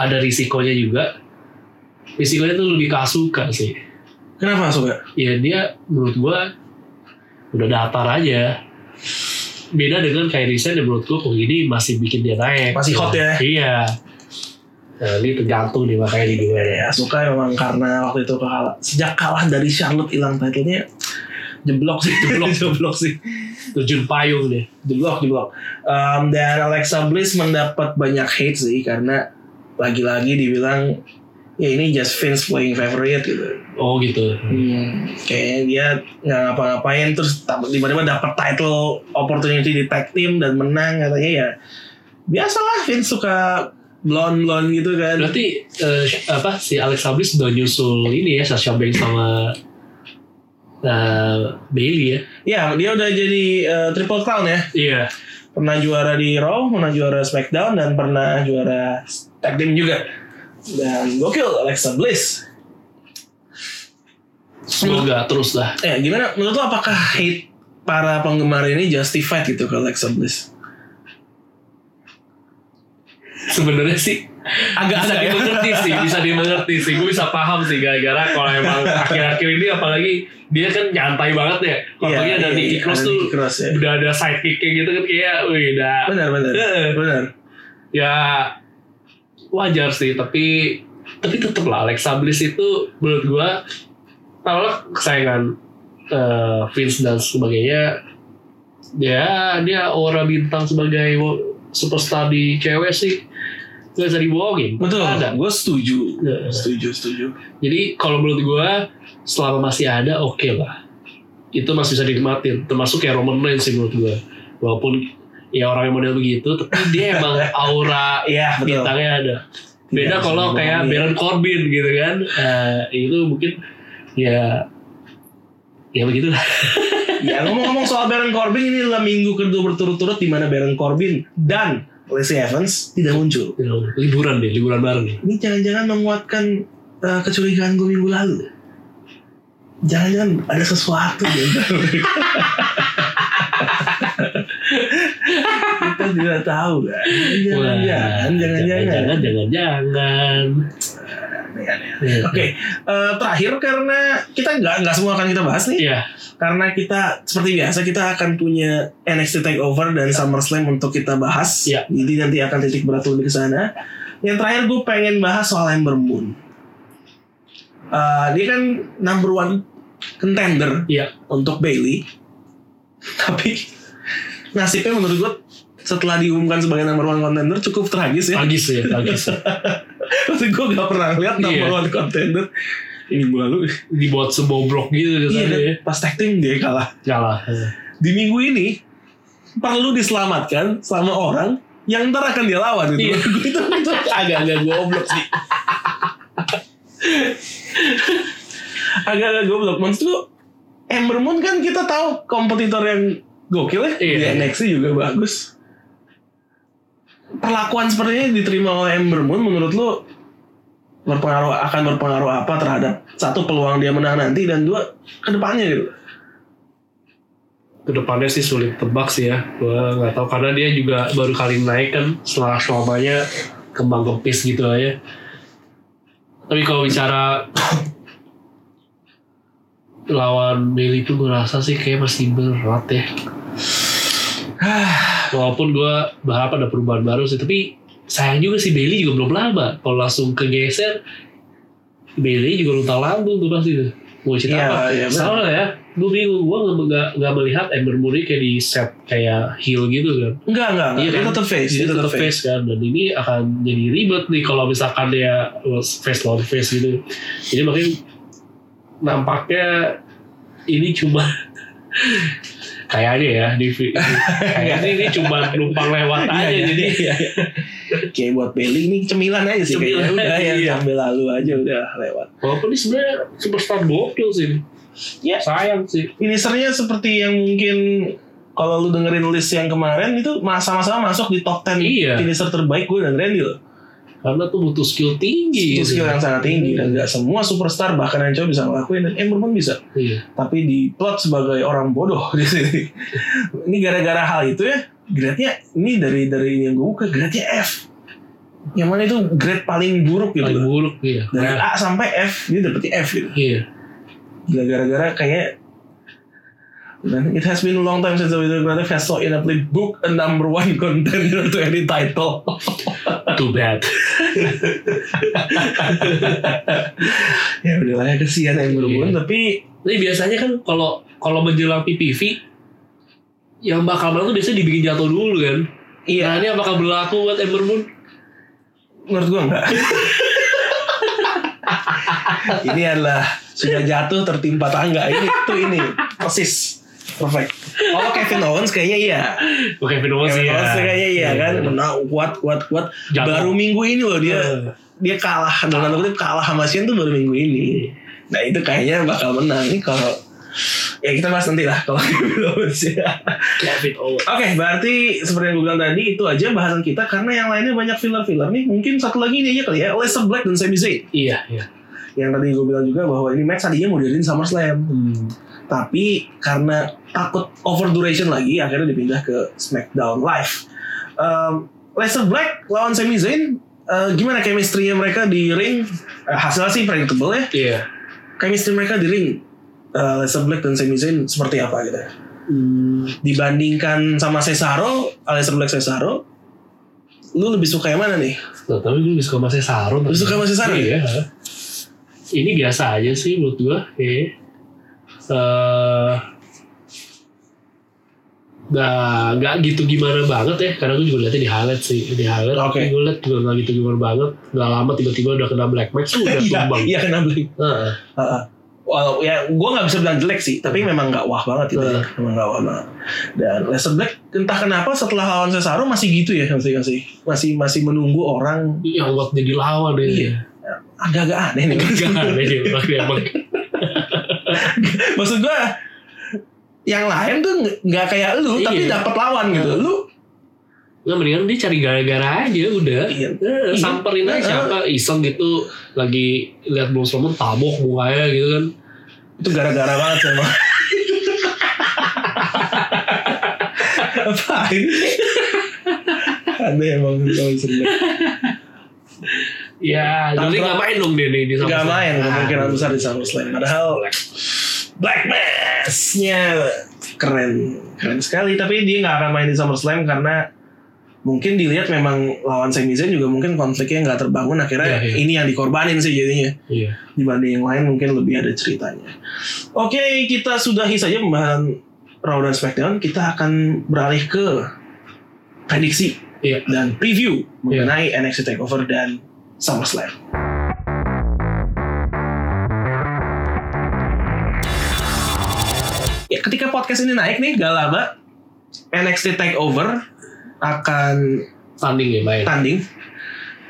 ada risikonya juga. Risikonya tuh lebih ke Asuka sih. Kenapa suka? ya dia menurut gua udah datar aja beda dengan Kyrie Sen yang menurut gua kok ini masih bikin dia naik Masih hot ya. iya nah, ini tergantung nih makanya di dua ya Ya suka memang karena waktu itu kalah. Sejak kalah dari Charlotte hilang titlenya jeblok sih, [laughs] jeblok, jeblok sih. terjun payung deh jeblok jeblok Em, Um, dan Alexa Bliss mendapat banyak hate sih karena lagi-lagi dibilang ya ini just Vince playing favorite gitu oh gitu hmm, kayaknya dia nggak ngapa-ngapain terus tam- tiba-tiba dapat title opportunity di tag team dan menang katanya ya biasalah Vince suka blonde blonde gitu kan berarti eh, apa si Alex Bliss udah nyusul ini ya Sasha Banks sama eh Bailey ya ya dia udah jadi eh, triple crown ya iya pernah juara di Raw pernah juara SmackDown dan pernah juara tag team juga dan gokil Alexa Bliss semoga terus lah Ya gimana menurut lo apakah hate para penggemar ini justified gitu ke Alexa Bliss? sebenarnya sih bisa Agak-agak ya. [laughs] dimengerti sih bisa dimengerti sih gue bisa paham sih gara-gara kalau emang akhir-akhir ini apalagi dia kan nyantai banget ya kalau Iya, pagi ada iya, Nicky iya, Cross ada tuh Nikki Cross, ya. udah ada sidekicknya gitu kan kayak wih udah Benar benar. Heeh. benar. ya wajar sih tapi tapi tetep lah Alexa Bliss itu menurut gue kalau kesayangan eh, Vince dan sebagainya ya dia aura bintang sebagai wo- superstar di cewek sih gak bisa dibohongin Betul. ada Gue setuju. Iya. Setuju setuju. Jadi kalau menurut gue selama masih ada oke lah. Itu masih bisa dinikmatin. Termasuk kayak Roman Reigns sih menurut gue. Walaupun ya orang yang model begitu, tapi [laughs] dia emang aura Iya betul. bintangnya ada. Beda Tidak Iya, bisa kalau kayak dibohongi. Baron Corbin gitu kan. Eh, itu mungkin ya ya begitu lah. Ya ngomong-ngomong soal Baron Corbin ini adalah minggu kedua berturut-turut di mana Baron Corbin dan Lacey Evans tidak muncul. liburan deh, liburan bareng. deh. Ini jangan-jangan menguatkan eh, kecurigaan gue minggu lalu. Jangan-jangan ada sesuatu di antara mereka. Kita tidak tahu kan. Wah, Jangan-jangan, jangan-jangan. jangan, jangan, jangan. Oke, eh, terakhir karena kita nggak nggak semua akan kita bahas nih, Iya, karena kita seperti biasa kita akan punya NXT Takeover dan SummerSlam untuk kita bahas. Iya. Jadi nanti akan titik berat lebih ke sana. Yang terakhir gue pengen bahas soal Ember Moon. Eh, dia kan number one contender iya. untuk Bailey. [laughs] Tapi nasibnya menurut gue setelah diumumkan sebagai number one contender cukup tragis [laughs] ya. Tragis ya, tragis. Maksud gue gak pernah lihat number Iya. one contender minggu lalu. Dibuat sebobrok gitu Iya, kesannya dan ya. pas tag team dia kalah. Kalah. Di minggu ini perlu diselamatkan sama orang yang ntar akan dia lawan gitu. Iya. Gua [laughs] itu itu agak-agak goblok sih. agak-agak goblok. Maksud gue Ember Moon kan kita tahu kompetitor yang gokil ya. Iya. Di NXT juga bagus. Perlakuan seperti ini diterima oleh Ember Moon menurut lo berpengaruh akan berpengaruh apa terhadap satu peluang dia menang nanti dan dua kedepannya gitu. kedepannya sih sulit tebak sih ya gue nggak tahu karena dia juga baru kali naik kan setelah selamanya kembang kempis gitu aja tapi kalau bicara [coughs] lawan Billy itu gue rasa sih kayak masih berat ya walaupun gue berharap ada perubahan baru sih tapi sayang juga sih Bailey juga belum lama kalau langsung kegeser Bailey juga luntang lambung tuh pasti tuh mau cerita Iya, apa iya, benar. salah ya gue bingung gue nggak nggak- nggak melihat Ember Mooney kayak di set kayak heel gitu kan Enggak, enggak, enggak. Iya Dia kan? tetap face, jadi dia tetap face kan dan ini akan jadi ribet nih kalau misalkan dia face lawan face gitu jadi makanya nampaknya ini cuma [laughs] kayaknya ya di, [laughs] di- kayaknya ini cuma numpang lewat aja Iya. jadi iya, iya. [laughs] Kayak buat Bailey ini cemilan aja sih Cemilan, kayaknya. Udah ya, iya. sambil lalu aja udah lewat. walaupun ini sebenarnya superstar gokil sih Iya. Ya. sayang sih Finishernya seperti yang mungkin kalau lu dengerin list yang kemarin itu sama-sama masuk di top 10 Iya. finisher terbaik gue dan Randy loh. karena tuh butuh skill tinggi Itu gitu. skill yang sangat tinggi dan gak semua superstar bahkan yang cowok bisa ngelakuin dan Ember pun bisa. iya Tapi di plot sebagai orang bodoh di sini. ini gara-gara hal itu ya grade-nya ini dari dari ini yang gue buka grade-nya F. Yang mana itu grade paling buruk gitu. paling loh. buruk iya Dari A Nah, sampai F dia dapetnya F gitu. iya Gila gara-gara kayak dan it has been a long time since the Wizard Creative has sought in a play book a number one contender [laughs] to any title. [laughs] too bad ya udah lah ya kesian yang berhubungan tapi Tapi biasanya kan kalau kalau menjelang PPV yang bakal menang tuh biasanya dibikin jatuh dulu kan. Nah iya ini apakah berlaku buat Ember Moon? menurut gua enggak. [laughs] ini adalah sudah jatuh tertimpa tangga ini itu ini persis perfect. Kalau Kevin Owens kayaknya iya. Oke, Kevin Owens Kevin ya. Owens kayaknya Oh, iya kan. Nah, kuat kuat kuat. Jatuh. Baru minggu ini loh dia Iya. dia kalah dalam tanda kutip kalah sama Shane tuh baru minggu ini. Nah itu kayaknya bakal menang ini kalau ya kita bahas nanti lah kalau [laughs] Kevin Owens ya. Kevin Owens. Oke berarti seperti yang gue bilang tadi itu aja bahasan kita karena yang lainnya banyak filler-filler nih mungkin satu lagi ini aja kali ya Lester Black dan Sami Zayn Iya, iya. yang tadi gue bilang juga bahwa ini match tadinya mau jadiin SummerSlam Hmm. tapi karena takut over duration lagi akhirnya dipindah ke SmackDown Live. Um, Lester Black lawan Sami Zayn eh, gimana chemistry-nya mereka di ring? Eh, hasilnya sih predictable ya. Iya. chemistry mereka di ring eh, Aleister Black dan Sami Zayn seperti apa gitu Hmm. dibandingkan sama Cesaro Aleister Black Cesaro lu lebih suka yang mana nih Tuh, tapi gue bisa sama Cesaro. Lu suka sama Cesaro? Iya. Ini biasa aja sih menurut gue. Eh. Eh, Nah, nggak gitu gimana banget ya karena gue juga liatnya di highlight sih di highlight Oke. gue liat juga nggak gitu gimana banget nggak lama tiba-tiba udah kena black match udah iya tumbang iya kena beli Heeh. Heeh. Walau ya gue nggak bisa bilang jelek sih tapi memang nggak wah banget itu ya. Heeh. memang nggak wah banget dan Aleister Black entah kenapa setelah lawan Cesaro masih gitu ya masih masih masih masih menunggu orang yang buat jadi lawan ya Iya. agak-agak aneh nih Jangan ya dia bilang dia emang [laughs] maksud gue yang lain tuh nggak- nggak kayak lu tapi Iya. dapat lawan gitu lu Nggak, mendingan dia cari gara-gara aja udah Iya. Eh, Iya. samperin Iya. aja siapa iseng gitu lagi lihat Bruce Roman tabok mukanya gitu kan itu gara-gara banget sama Apaan? Ada emang kalau sebenernya ya jadi Tampil- nggak main dong dia nih di Gak SummerSlam. main Ah, kemungkinan besar di SummerSlam Padahal Black Mass-nya keren Keren sekali Tapi dia gak akan main di SummerSlam karena Mungkin dilihat memang lawan Sami Zayn juga mungkin konfliknya nggak terbangun akhirnya Iya, iya. ini yang dikorbanin sih jadinya iya dibanding yang lain mungkin lebih ada ceritanya. Oke, kita sudahi saja pembahasan Raw dan SmackDown. Kita akan beralih ke prediksi iya dan preview mengenai NXT Takeover dan SummerSlam. Ya, ketika podcast ini naik nih, gak lama NXT Takeover akan tanding ya main tanding.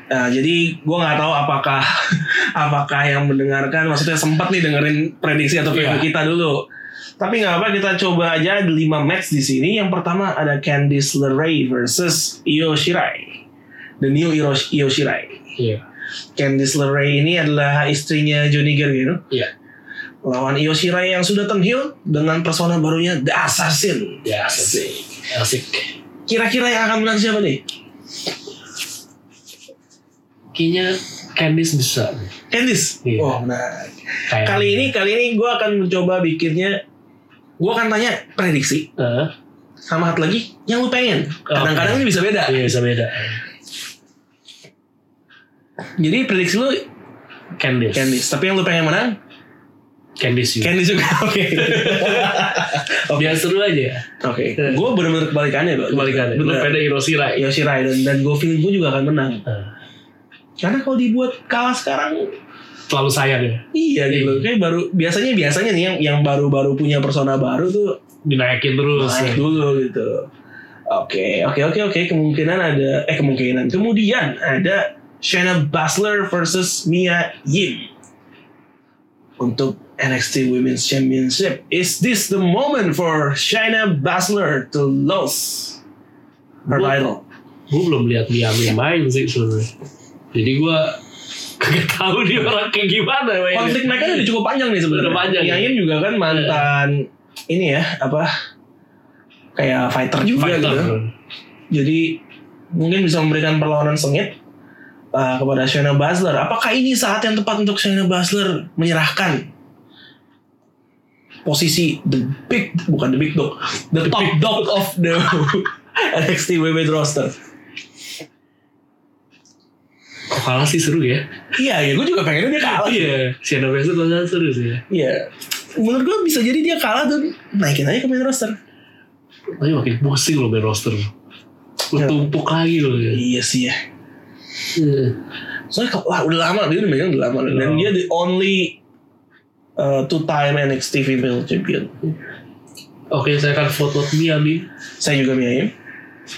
Nah, jadi gue nggak tahu apakah [laughs] apakah yang mendengarkan maksudnya sempat nih dengerin prediksi atau preview Iya. kita dulu. Tapi nggak apa kita coba aja ada 5 match di sini. Yang pertama ada Candice LeRae versus Io Shirai. The new Io, Io Shirai. iya Candice LeRae ini adalah istrinya Johnny Gargano. Iya. lawan Yoshirai yang sudah tenghiung dengan persona barunya The Assassin. Ya, asik. Asik. Kira-kira yang akan menang siapa nih? Kayaknya Candice bisa. Candice. Iya. Oh, nah. Kali ini kali ini gue akan mencoba bikinnya gue akan tanya prediksi Eh, sama satu lagi yang lu pengen. Kadang-kadang ini bisa beda. iya bisa beda. Jadi prediksi lu Candice. Candice, tapi yang lu pengen menang Candice juga. Candice juga. [laughs] Oke. Biar seru aja. ya, Oke. Gue bener-bener kebalikannya, Bro. Kebalikannya. Lu Bener. pede Hiroshira. ya. Yoshirai dan, dan gue feeling gue juga akan menang. Eh, Karena kalau dibuat kalah sekarang Terlalu sayang ya. Iya gitu. Kayak baru biasanya biasanya nih yang yang baru-baru punya persona baru tuh Dinaikin terus. naik dulu gitu. Oke, oke, oke, oke. Kemungkinan ada eh kemungkinan. Kemudian ada Shayna Baszler versus Mia Yim untuk NXT Women's Championship. Is this the moment for Shayna Baszler to lose her Bu- title? gue belum lihat dia main sih sebenarnya jadi gue [laughs] kagak tahu dia orang kayak gimana mainnya. konflik mereka udah cukup panjang nih sebenarnya. Udah panjang, Yang ya. Iya. Im juga kan mantan ini ya apa kayak fighter juga Fighter. gitu. Jadi mungkin bisa memberikan perlawanan sengit uh, kepada Shayna Baszler. Apakah ini saat yang tepat untuk Shayna Baszler menyerahkan posisi the big bukan the big dog, the, top dog of the [laughs] NXT Women's roster. Kok kalah sih seru ya Iya, ya gue juga pengennya dia kalah. iya Sienna Baszler kalau seru sih ya Iya. Menurut gue bisa jadi dia kalah dan naikin aja ke main roster. tapi makin pusing loh main roster Ya. Bertumpuk lagi loh ya. Iya sih ya. Iya. Soalnya kalau- wah, udah lama dia udah megang udah lama dan Udah. dia the only uh, two time NXT female champion. oke saya akan vote buat Mia nih Saya juga Mia Yim.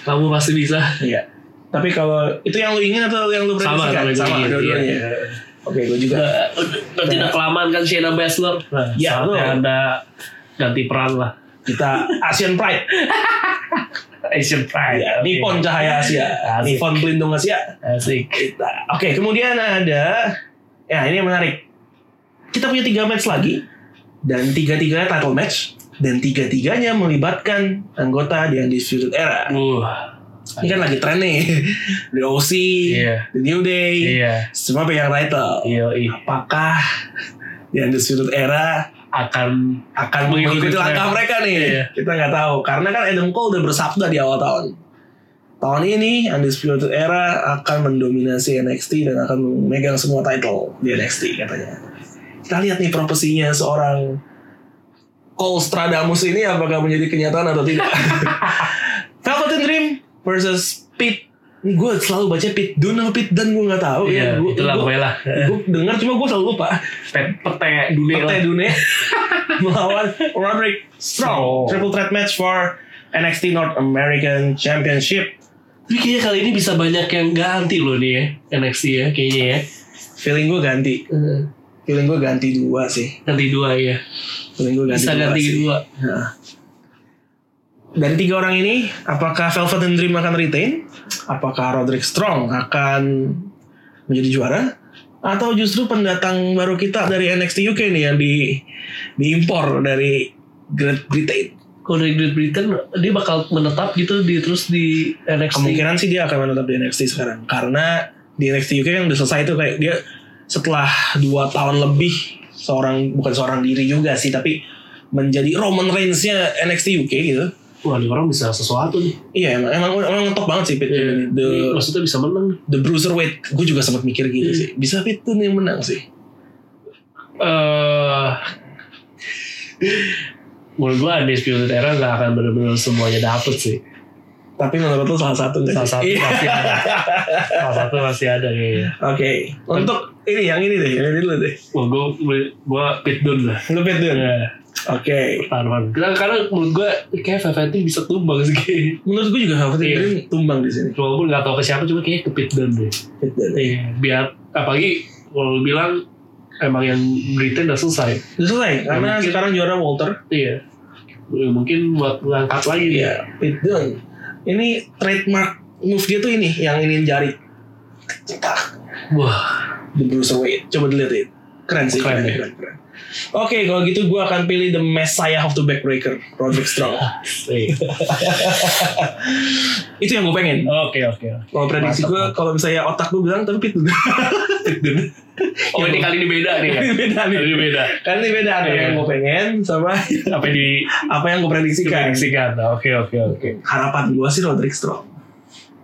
kamu pasti bisa Iya. Tapi kalau itu yang lu ingin atau yang lu sama prediksikan? sama iya. sama gue dua-duanya. ya? Oke, gue juga. nanti udah kelamaan kan Sienna Baszler nah, Ya, saatnya betul. anda ganti peran lah [laughs] Kita Asian Pride. Asian Pride Iya, oke. Nippon Cahaya Asia. Asik. Nippon Pelindung Asia. asik Kita. Oke, kemudian ada ya ini yang menarik. Kita punya tiga match lagi dan tiga-tiganya title match dan tiga-tiganya melibatkan anggota di Undisputed Era. Wah. Ini kan lagi tren nih [laughs] The OC Iya. The New Day iya Semua pegang title iya iya. Apakah Di Undisputed Era akan Akan mengikuti Mengikuti langkah tren. mereka nih Iya. Kita nggak tahu Karena kan Adam Cole udah bersabda di awal tahun Tahun ini Undisputed Era Akan mendominasi NXT Dan akan memegang semua title Di NXT katanya Kita lihat nih profesinya seorang Cole Stradamus ini apakah menjadi kenyataan atau [laughs] tidak? Velveteen Dream versus Pete. Gue selalu baca Pete Dunn atau Pete Dunn gue nggak tahu Iya, ya. Gue itulah gue pokoknya lah. dengar cuma gue selalu lupa. Pet, pete dunia lah. Pete [laughs] Dunne melawan Roderick Strong. Strong. Triple threat match for NXT North American Championship. Tapi kayaknya kali ini bisa banyak yang ganti loh nih ya. NXT ya kayaknya ya. Feeling gue ganti. Feeling gue ganti dua sih. Ganti dua ya. Feeling gue ganti Bisa dua ganti sih. dua. Nah. Dari tiga orang ini, apakah Velvet and Dream akan retain? Apakah Roderick Strong akan menjadi juara? Atau justru pendatang baru kita dari NXT UK nih yang di diimpor dari Great Britain? Kalau dari Great Britain dia bakal menetap gitu di terus di NXT. Kemungkinan sih dia akan menetap di NXT sekarang karena di NXT UK kan udah selesai itu kayak dia setelah dua tahun lebih seorang bukan seorang diri juga sih tapi menjadi Roman Reigns-nya NXT UK gitu. Wah, ini orang bisa sesuatu nih. Iya emang emang emang ngetop banget sih Pit Eh, Iya. the Ini Maksudnya bisa menang. the bruiserweight. Gue juga sempat mikir gitu Iya. sih. Bisa Pit Dunne yang menang sih. Eh menurut gua Undisputed Era gak akan benar-benar semuanya dapet sih. Tapi menurut lo salah satu nggak Salah sih? satu Iya. pasti ada. Salah satu pasti ada kayaknya. Oke. Untuk ini yang ini deh, yang ini dulu deh. Wah, gua gua pit down lah. Lu Pit Dunne. Iya. [laughs] Oke. pertaruhan. Karena, karena menurut gue kayak Velveteen bisa tumbang sih kayaknya. Menurut gue juga Velvet Iya. Dream tumbang di sini. Walaupun gak tau ke siapa cuma kayaknya ke Pit Dunne deh. Pit Dunne. Iya. Biar apalagi kalau lu bilang emang yang Britain udah selesai. Udah selesai karena mungkin. sekarang juara Walter. Iya. Ya, Mungkin buat ngangkat lagi Iya, ya. Pit Dunne. Ini trademark move dia tuh ini yang ingin jari. Cetak. Wah, The bruiserweight. Coba dilihat ya. Keren sih. Keren, Keren ya. keren, keren. Oke, kalau gitu gue akan pilih The Messiah of the Backbreaker, Roderick Strong. Asik. [laughs] Itu yang gue pengen. Oke oke. Kalau prediksi Mantap, gue, kalau misalnya otak gue bilang, tapi Pit Dunne. Pit Dunne. Oh ini kali [laughs] ini beda nih. ya? Ini [laughs] beda Kali nih. ini beda. Kan ini beda ada Iya. yang gue pengen sama [laughs] Apa yang di apa yang gue prediksikan. diprediksikan? Nah, Oke oke oke. Harapan gue sih Roderick Strong.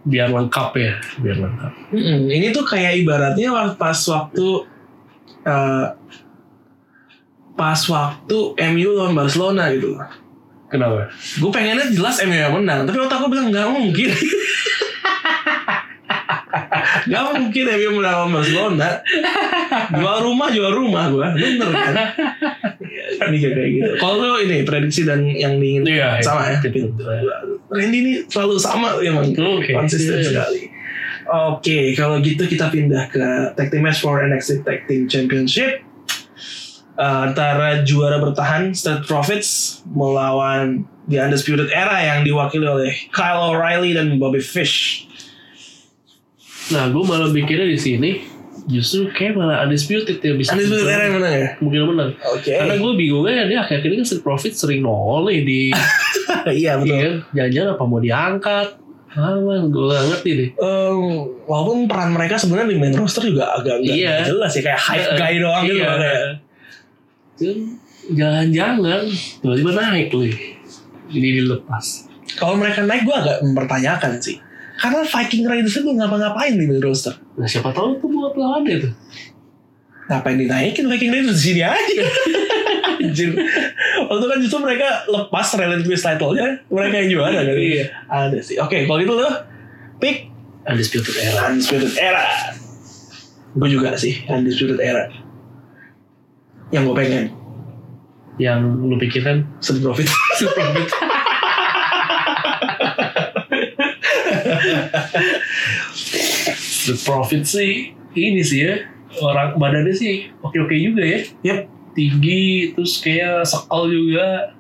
Biar lengkap ya. Biar lengkap. Mm-mm. Ini tuh kayak ibaratnya wa- pas waktu eh, pas waktu MU lawan Barcelona gitu. Kenapa? Gue pengennya jelas MU yang menang, tapi otak gue bilang nggak mungkin. [laughs] Gak mungkin MU menang lawan Barcelona. Jual rumah, jual rumah gue. Bener kan? ini kayak kayak gitu. Kalau lu ini prediksi dan yang diingin Iya. sama ya. itu. Randy ini selalu sama emang. Oke. Iya, Konsisten sekali. Oke, kalau gitu kita pindah ke tag team match for NXT Tag Team Championship Eh, antara juara bertahan Street Profits melawan The Undisputed Era yang diwakili oleh Kyle O'Reilly dan Bobby Fish. Nah gue malah mikirnya di sini justru kayak malah undisputed ya bisa. Undisputed Era yang menang ya? Mungkin menang. Oke. Karena gue bingungnya dia akhir-akhir ini kan Street Profit sering nol nih di [laughs] iya [laughs] betul. Iya, jangan-jangan apa mau diangkat? Ah, Aman, gue gak ngerti deh. Eh, walaupun peran mereka sebenarnya di main roster juga agak agak Iya. jelas ya kayak hype guy doang gitu loh, kayak. Cuman, Kan Jangan-jangan tiba-tiba naik loh. Ini dilepas. Kalau mereka naik gue agak mempertanyakan sih. Karena Viking Raiders itu ngapa-ngapain di main roster. Nah siapa tahu tuh buat lawannya tuh. ngapain dinaikin Viking Raiders di sini aja Anjir. Waktu itu kan justru mereka lepas Relent Twist title-nya, mereka yang juara kan. Iya. Ada sih. Oke, kalau gitu loh. Pick Undisputed Era. Undisputed Era. Gue juga sih Undisputed Era. Yang gue pengen Yang lu pikirkan Street Profit. [laughs] Street Profit. The Profit sih ini sih ya orang badannya sih oke-oke juga ya. Yap, tinggi terus kayak sekal juga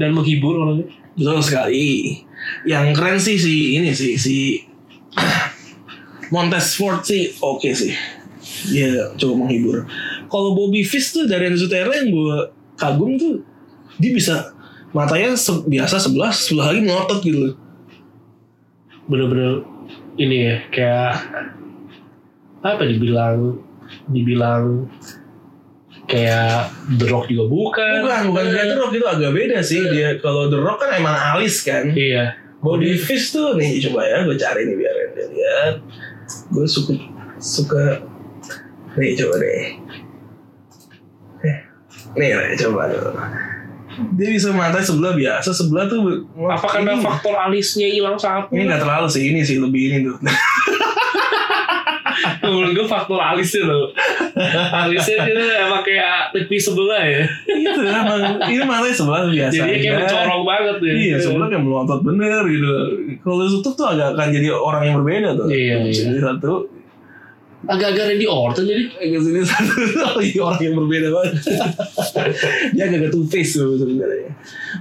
dan menghibur orangnya betul sekali. Yang keren sih si ini sih si Montez Ford sih oke sih. Dia cukup menghibur. Kalau Bobby Fish tuh dari Enzo Terra yang gue kagum tuh dia bisa matanya se- biasa sebelah sebelah lagi melotot gitu loh. bener-bener ini ya kayak apa dibilang dibilang kayak The Rock juga bukan Bukan, bukan kayak The Rock gitu agak beda sih dia. Kalau The Rock kan emang alis kan. iya Bobby Fish tuh nih coba ya gue cari nih biarin dia lihat. Gue suka suka nih coba deh. Eh, Nih, nih coba tuh. Dia bisa mata sebelah biasa, sebelah tuh apa karena ini- faktor alisnya hilang satu Ini nggak terlalu sih, ini sih lebih ini tuh. [laughs] menurut gue faktor alisnya loh alisnya dia emang kayak tepi sebelah ya itu emang ini matanya sebelah biasa. jadi kayak aja. mencorong banget ya Iya, sebelah kayak melontot bener gitu. Kalau tutup tuh agak akan jadi orang yang berbeda tuh. Iya, iya. Jadi satu, agak-agak Randy Orton jadi Eh, ke sini satu [laughs] lagi orang yang berbeda banget. [laughs] Dia agak two face loh sebenarnya.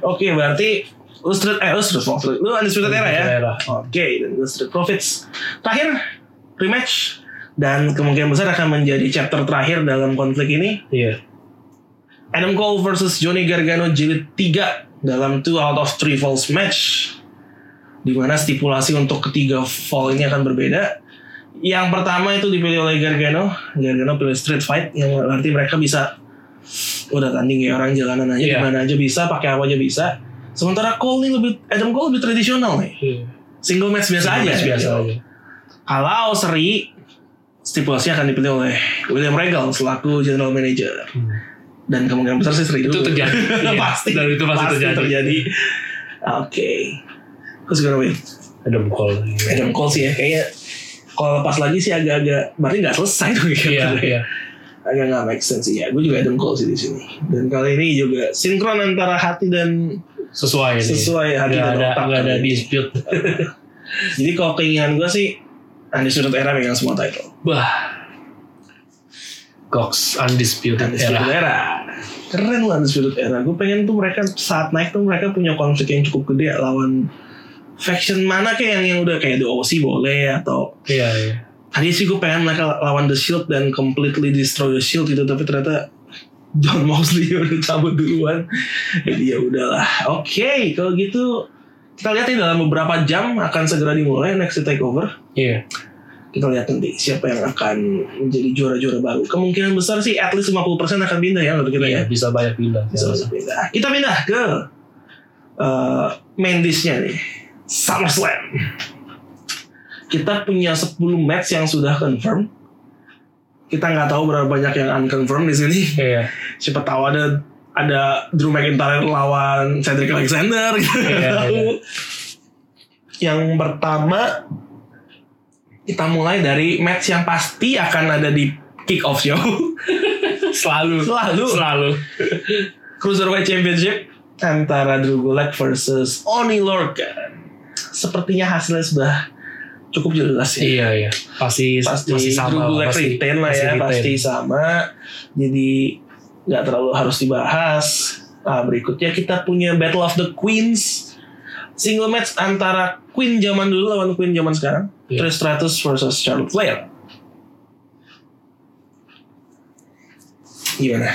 Oke, berarti lu street eh lu street profit. Lu undisputed era ya. Era. Oke, dan lu street profits. Terakhir rematch dan kemungkinan besar akan menjadi chapter terakhir dalam konflik ini. iya Adam Cole versus Johnny Gargano jilid 3 dalam 2 out of 3 falls match di mana stipulasi untuk ketiga fall ini akan berbeda. Yang pertama itu dipilih oleh Gargano, Gargano pilih street fight yang berarti mereka bisa udah tanding ya orang jalanan aja Iya. di mana aja bisa, pakai apa aja bisa. Sementara Cole ini lebih Adam Cole lebih tradisional nih. Iya. Single match biasa aja. biasa aja Kalau seri stipulasi akan dipilih oleh William Regal selaku general manager Hmm. dan kemungkinan besar sih Sri Itu dulu. terjadi. [laughs] Iya, [laughs] pasti dan itu pasti terjadi. oke who's gonna win Adam Cole. Adam Cole sih ya kayaknya kalau lepas lagi sih agak-agak berarti nggak selesai tuh Iya, kayaknya. iya. agak nggak make sense sih ya gue juga Adam Cole sih di sini dan kali ini juga sinkron antara hati dan Sesuai nih. Sesuai hati Nggak dan ada, otak. nggak ada dispute. jadi kalau keinginan gue sih Undisputed Era megang semua title Bah. Gox undisputed Undisputed era. Era. Keren loh Undisputed Era. Gue pengen tuh mereka saat naik tuh mereka punya konflik yang cukup gede lawan faction mana kayak yang yang udah kayak The OC boleh atau Iya, iya. tadi sih gue pengen mereka lawan The Shield dan completely destroy The Shield gitu tapi ternyata John Moxley [laughs] udah cabut duluan jadi ya udahlah oke kalau gitu kita lihat nih dalam beberapa jam akan segera dimulai next takeover Iya. kita lihat nanti siapa yang akan menjadi juara-juara baru kemungkinan besar sih at least 50% akan pindah ya menurut kita ya Iya, bisa banyak pindah. Bisa langsung pindah. Kita pindah ke eh main dish-nya nih. SummerSlam. Kita punya 10 match yang sudah confirm. Kita nggak tahu berapa banyak yang unconfirm di sini. Iya. Siapa tahu ada ada Drew McIntyre lawan Cedric Alexander [laughs] gitu. Iya, Nggak tahu. iya. Yang pertama kita mulai dari match yang pasti akan ada di kick off show. Selalu. Selalu. Selalu. Cruiserweight Championship antara Drew Gulak versus Oni Lorcan. Sepertinya hasilnya sudah cukup jelas ya. Iya iya. Pasti Pasti masih Drew sama. Gulak pasti, retain lah ya, retain. pasti sama. Jadi nggak terlalu harus dibahas. Nah, berikutnya kita punya Battle of the Queens. Single match antara Queen zaman dulu lawan Queen zaman sekarang. Iya. Trish Stratus versus Charlotte Flair. Gimana?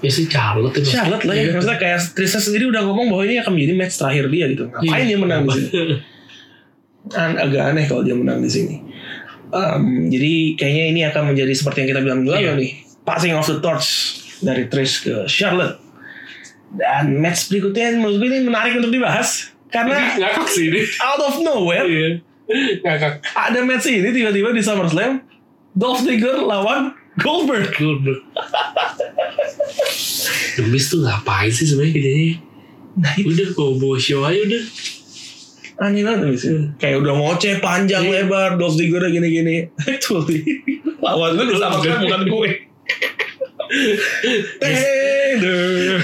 Ya sih Charlotte itu. Iya. Charlotte lah ya. Maksudnya kayak Trista sendiri udah ngomong bahwa ini akan menjadi match terakhir dia gitu. Iya. Ngapain dia menang di sini? An- agak aneh kalau dia menang di sini. Em, jadi kayaknya ini akan menjadi seperti yang kita bilang dulu Iya. nih. Passing of the torch dari Trish ke Charlotte. Dan match berikutnya menurut gue ini menarik untuk dibahas. Karena Ngakak sih ini. out of nowhere Iya. Ngakak. ada match ini tiba-tiba di SummerSlam. Dolph Ziggler lawan Goldberg. Goldberg. Demis tuh ngapain sih sebenarnya gedenya? Nah itu Udah bawa bawa show aja udah. aneh banget abis itu. Kayak udah ngoceh panjang Iya. lebar, Dolph Ziggler gini-gini. [laughs] Actually, lawan gue disamakan bukan [laughs] gue. Tender. Eh,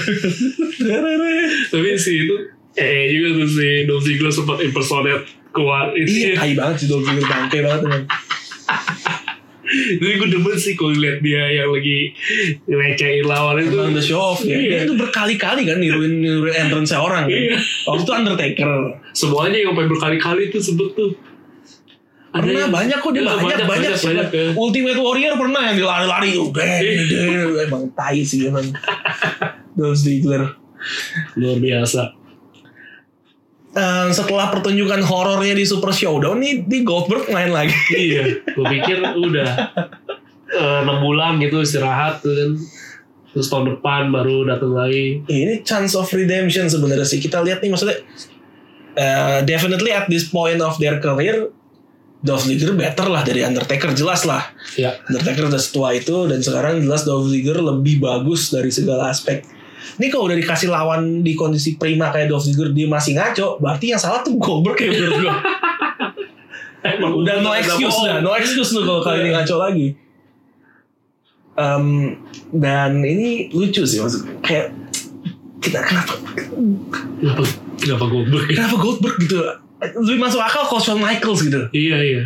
Terere. Tapi si itu eh juga tuh si Dolph Ziggler sempat impersonate keluar [laughs] Iya, itu. tai banget sih Dolph Ziggler bangke banget emang. Jadi gue demen sih kalau lihat dia yang lagi ngecekin lawan itu. Emang the show off ya. Dia Iya. itu berkali-kali kan niruin niruin entrance orang. Kan? Iya. Waktu itu Undertaker. Semuanya yang sampai berkali-kali itu sebut tuh. Pernah banyak kok dia Iya, banyak banyak, sih. banyak, Iya. ya. Ultimate Warrior pernah yang dilari-lari tuh. Deng, deng. Emang tai sih emang. Dolph Ziggler. Luar biasa. Eh, setelah pertunjukan horornya di Super Showdown nih di Goldberg main lagi. iya. Gue pikir udah eh, enam bulan gitu istirahat tuh kan. Terus tahun depan baru datang lagi. Ini chance of redemption sebenarnya sih. Kita lihat nih maksudnya eh, definitely at this point of their career Dolph Ziggler better lah dari Undertaker jelas lah. Ya. Undertaker udah setua itu dan sekarang jelas Dolph Ziggler lebih bagus dari segala aspek. Ini kalau udah dikasih lawan di kondisi prima kayak Dolph Ziggler dia masih ngaco, berarti yang salah tuh Goldberg ya menurut gua. Emang [laughs] Eh, udah no udah excuse bohong. dah, no excuse lu kalau kali ini ngaco lagi. Em, dan ini lucu sih maksudnya kayak kita kenapa Kenapa, kenapa goblok? kenapa Goldberg gitu lebih masuk akal kalau Shawn Michaels gitu iya, iya.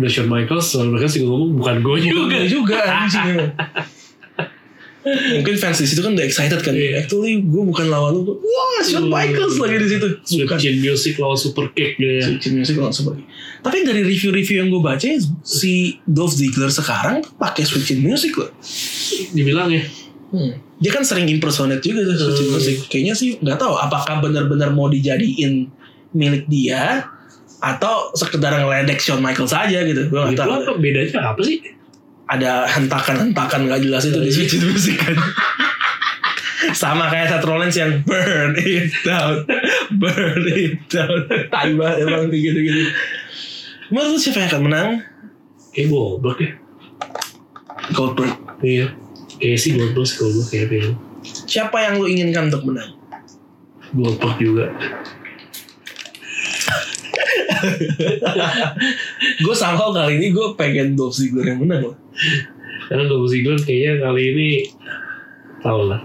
Udah Shawn Michaels, Shawn Michaels juga ngomong bukan gue juga. Iya juga anjing emang. [laughs] mungkin fans di situ kan udah excited kan Iya. actually gue bukan lawan lu wah Shawn Hmm. Michaels lagi di situ bukan Switchin Music lawan Super Kick gitu ya. Switchin Music langsung pergi. Tapi dari review-review yang gue baca si Dolph Ziggler sekarang pakai Switchin Music loh. Dibilang ya. Dia kan sering impersonate juga tuh Switchin Hmm. Music. Kayaknya sih nggak tahu apakah benar-benar mau dijadiin milik dia atau sekedar ngeledek Shawn Michaels aja gitu. Gue nggak Itu tahu. apa bedanya apa sih? Ada hentakan-hentakan nggak jelas itu di Switchin Music kan. Sama kayak Seth Rollins yang burn it down, burn it down. Tai banget emang gitu-gitu. Menurut lu siapa yang akan menang? Kayak goblok ya. Goldberg. Iya. Kayak sih goblok sih goblok kayak ya? pengen. Siapa yang lu inginkan untuk menang? Goblok juga. gue somehow kali ini gue pengen Dolph Ziggler yang menang loh. Karena Dolph Ziggler kayaknya kali ini tau lah.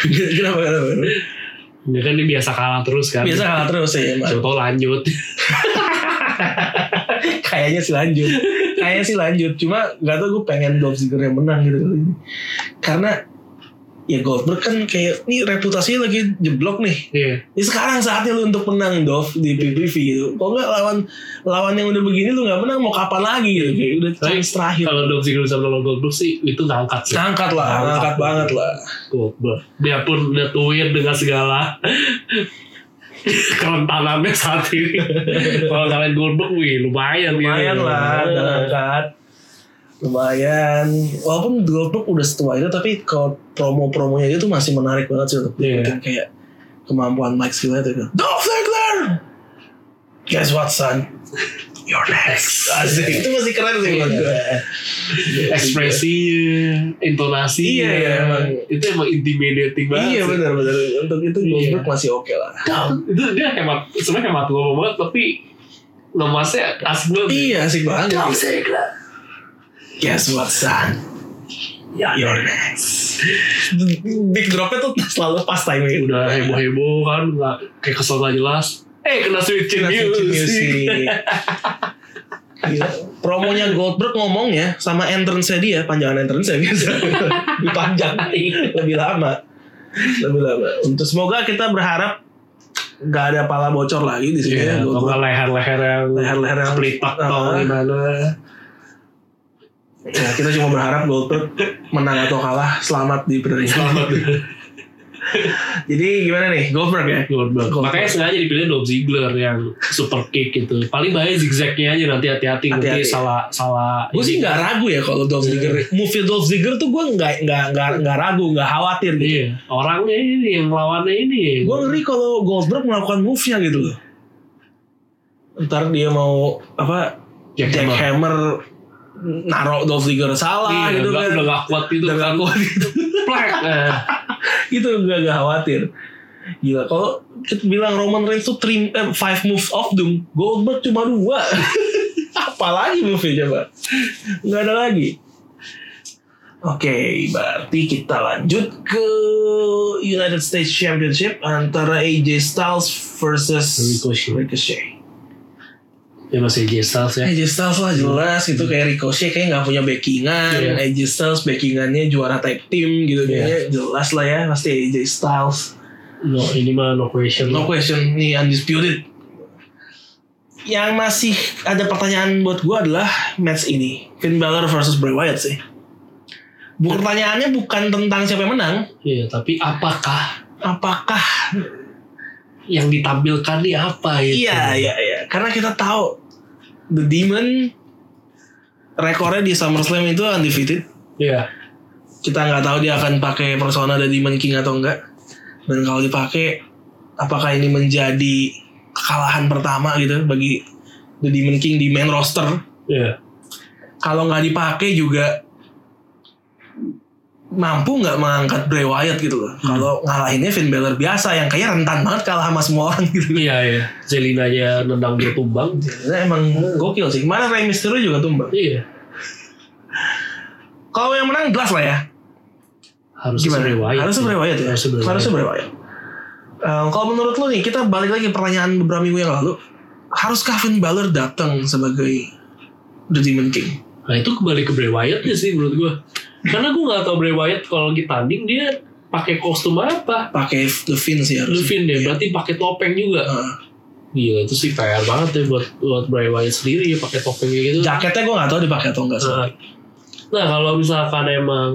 [laughs] kenapa, kenapa? Dia kan dia biasa kalah terus kan. Biasa kalah terus ya emang. Siapa tahu lanjut. [laughs] Kayaknya sih lanjut. Kayaknya sih lanjut. Cuma gak tau gue pengen Dolph Ziggler yang menang gitu kali ini. Karena ya Goldberg kan kayak ini reputasinya lagi jeblok nih Iya. ini sekarang saatnya lu untuk menang Dov di PPV gitu kalau nggak lawan lawan yang udah begini lu nggak menang mau kapan lagi gitu kayak udah Tapi chance terakhir Kalau Dolph Ziggler sama Goldberg sih itu ngangkat sih. angkat lah Angkat. angkat banget lah Goldberg. Dia pun udah tuin dengan segala [laughs] kerentanannya saat [laughs] ini. Kalau kalian Goldberg, wih lumayan. lumayan gitu. lah udah Iya, angkat lumayan walaupun Goldberg udah setua itu tapi kalau promo-promonya itu masih menarik banget sih untuk Iya. diikutin kayak kemampuan Mike Silla itu kan. Dolph Ziggler guess what son you're next Iya. Asik. itu masih keren sih menurut gue Ekspresinya, intonasinya. Iya, iya, emang. Itu emang intimidating banget. Iya sih. benar-benar untuk itu Goldberg masih oke lah. Down. Itu dia hemat, sebenarnya hemat ngomong banget, tapi lemasnya asik banget. Iya asik banget. Dolph Ziggler. Guess what son? Ya, You're next. Big dropnya tuh selalu pas timing. udah heboh-heboh kan, nggak kayak kesel nggak jelas. Eh kena switching Music. music. Gila. Promonya Goldberg ngomong ya sama entrance dia panjangan entrance [laughs] biasa dipanjang lebih lama lebih lama. Untuk semoga kita berharap nggak ada pala bocor lagi di sini. ya, Iya, atau Goldberg. nggak leher-leher yang Leher-leher yang- kelipat atau Ah. [laughs] gimana. Ya, kita cuma berharap Goldberg menang atau kalah selamat di pertandingan. Selamat Jadi gimana nih Goldberg ya? Goldberg. Iya, Makanya sengaja dipilih Dolph Ziggler yang super kick gitu. Paling bahaya zigzagnya aja nanti hati-hati nanti Hati-hati. salah salah. Gue sih nggak ragu ya kalau Dolph Ziggler, movie Dolph Ziggler tuh gue nggak nggak nggak nggak ragu, nggak khawatir gitu. Iya, orangnya ini yang lawannya ini. Gue ngeri kalau Goldberg melakukan move-nya gitu loh. Ntar dia mau apa jackhammer naruh Dolph Ziggler Iya, salah gitu nggak- kan. udah nggak kuat gitu Udah nggak kan. kuat gitu. [laughs] Plek. Eh, [laughs] Itu gue nggak khawatir. Gila, kalau kita bilang Roman Reigns tuh three, eh, five moves of doom, Goldberg cuma dua. [laughs] Apalagi move-nya coba. Nggak ada lagi. Oke, berarti kita lanjut ke United States Championship antara AJ Styles versus Ricochet. Ricochet. Ya masih AJ Styles ya. AJ Styles lah jelas gitu kayak Ricochet kayak nggak punya backingan, Iya. AJ Styles backingannya juara tag team gitu Iya. kayaknya jelas lah ya pasti AJ Styles. No, ini mah no question. No question nih undisputed. Yang masih ada pertanyaan buat gua adalah match ini Finn Balor versus Bray Wyatt sih. Bu, pertanyaannya bukan tentang siapa yang menang, Iya, tapi apakah apakah yang ditampilkan nih apa gitu? Iya, iya, iya. Karena kita tahu The Demon rekornya di SummerSlam itu undefeated. Iya. Kita nggak tahu dia akan pakai persona The Demon King atau enggak. Dan kalau dipakai, apakah ini menjadi kekalahan pertama gitu bagi The Demon King di main roster? Iya. Kalau nggak dipakai juga mampu nggak mengangkat Bray Wyatt gitu loh. Kalau ngalahinnya Finn Balor biasa yang kayak rentan banget kalah sama semua orang gitu. Iya, iya. Zelina aja nendang dia tumbang. Nah, emang gokil sih. Kemarin Rey Mysterio juga tumbang. Iya. Kalau yang menang jelas lah ya. Harus Gimana? Harusnya Bray Wyatt ya. Harusnya Bray Wyatt. Harusnya Bray Wyatt. Eh, kalau menurut lo nih, kita balik lagi ke pertanyaan beberapa minggu yang lalu. Haruskah Finn Balor datang sebagai The Demon King? Nah itu kembali ke Bray Wyatt sih menurut gue. Karena gue gak tau Bray Wyatt kalau lagi tanding dia pakai kostum apa. Pakai The Finn ya, sih harusnya. Iya. Lufin deh, berarti pakai topeng juga. Eh, Gila itu sih PR banget ya buat buat Bray Wyatt sendiri ya pakai topeng kayak gitu. jaketnya gue gak tahu dipakai atau enggak. sih. Nah, nah kalau misalkan emang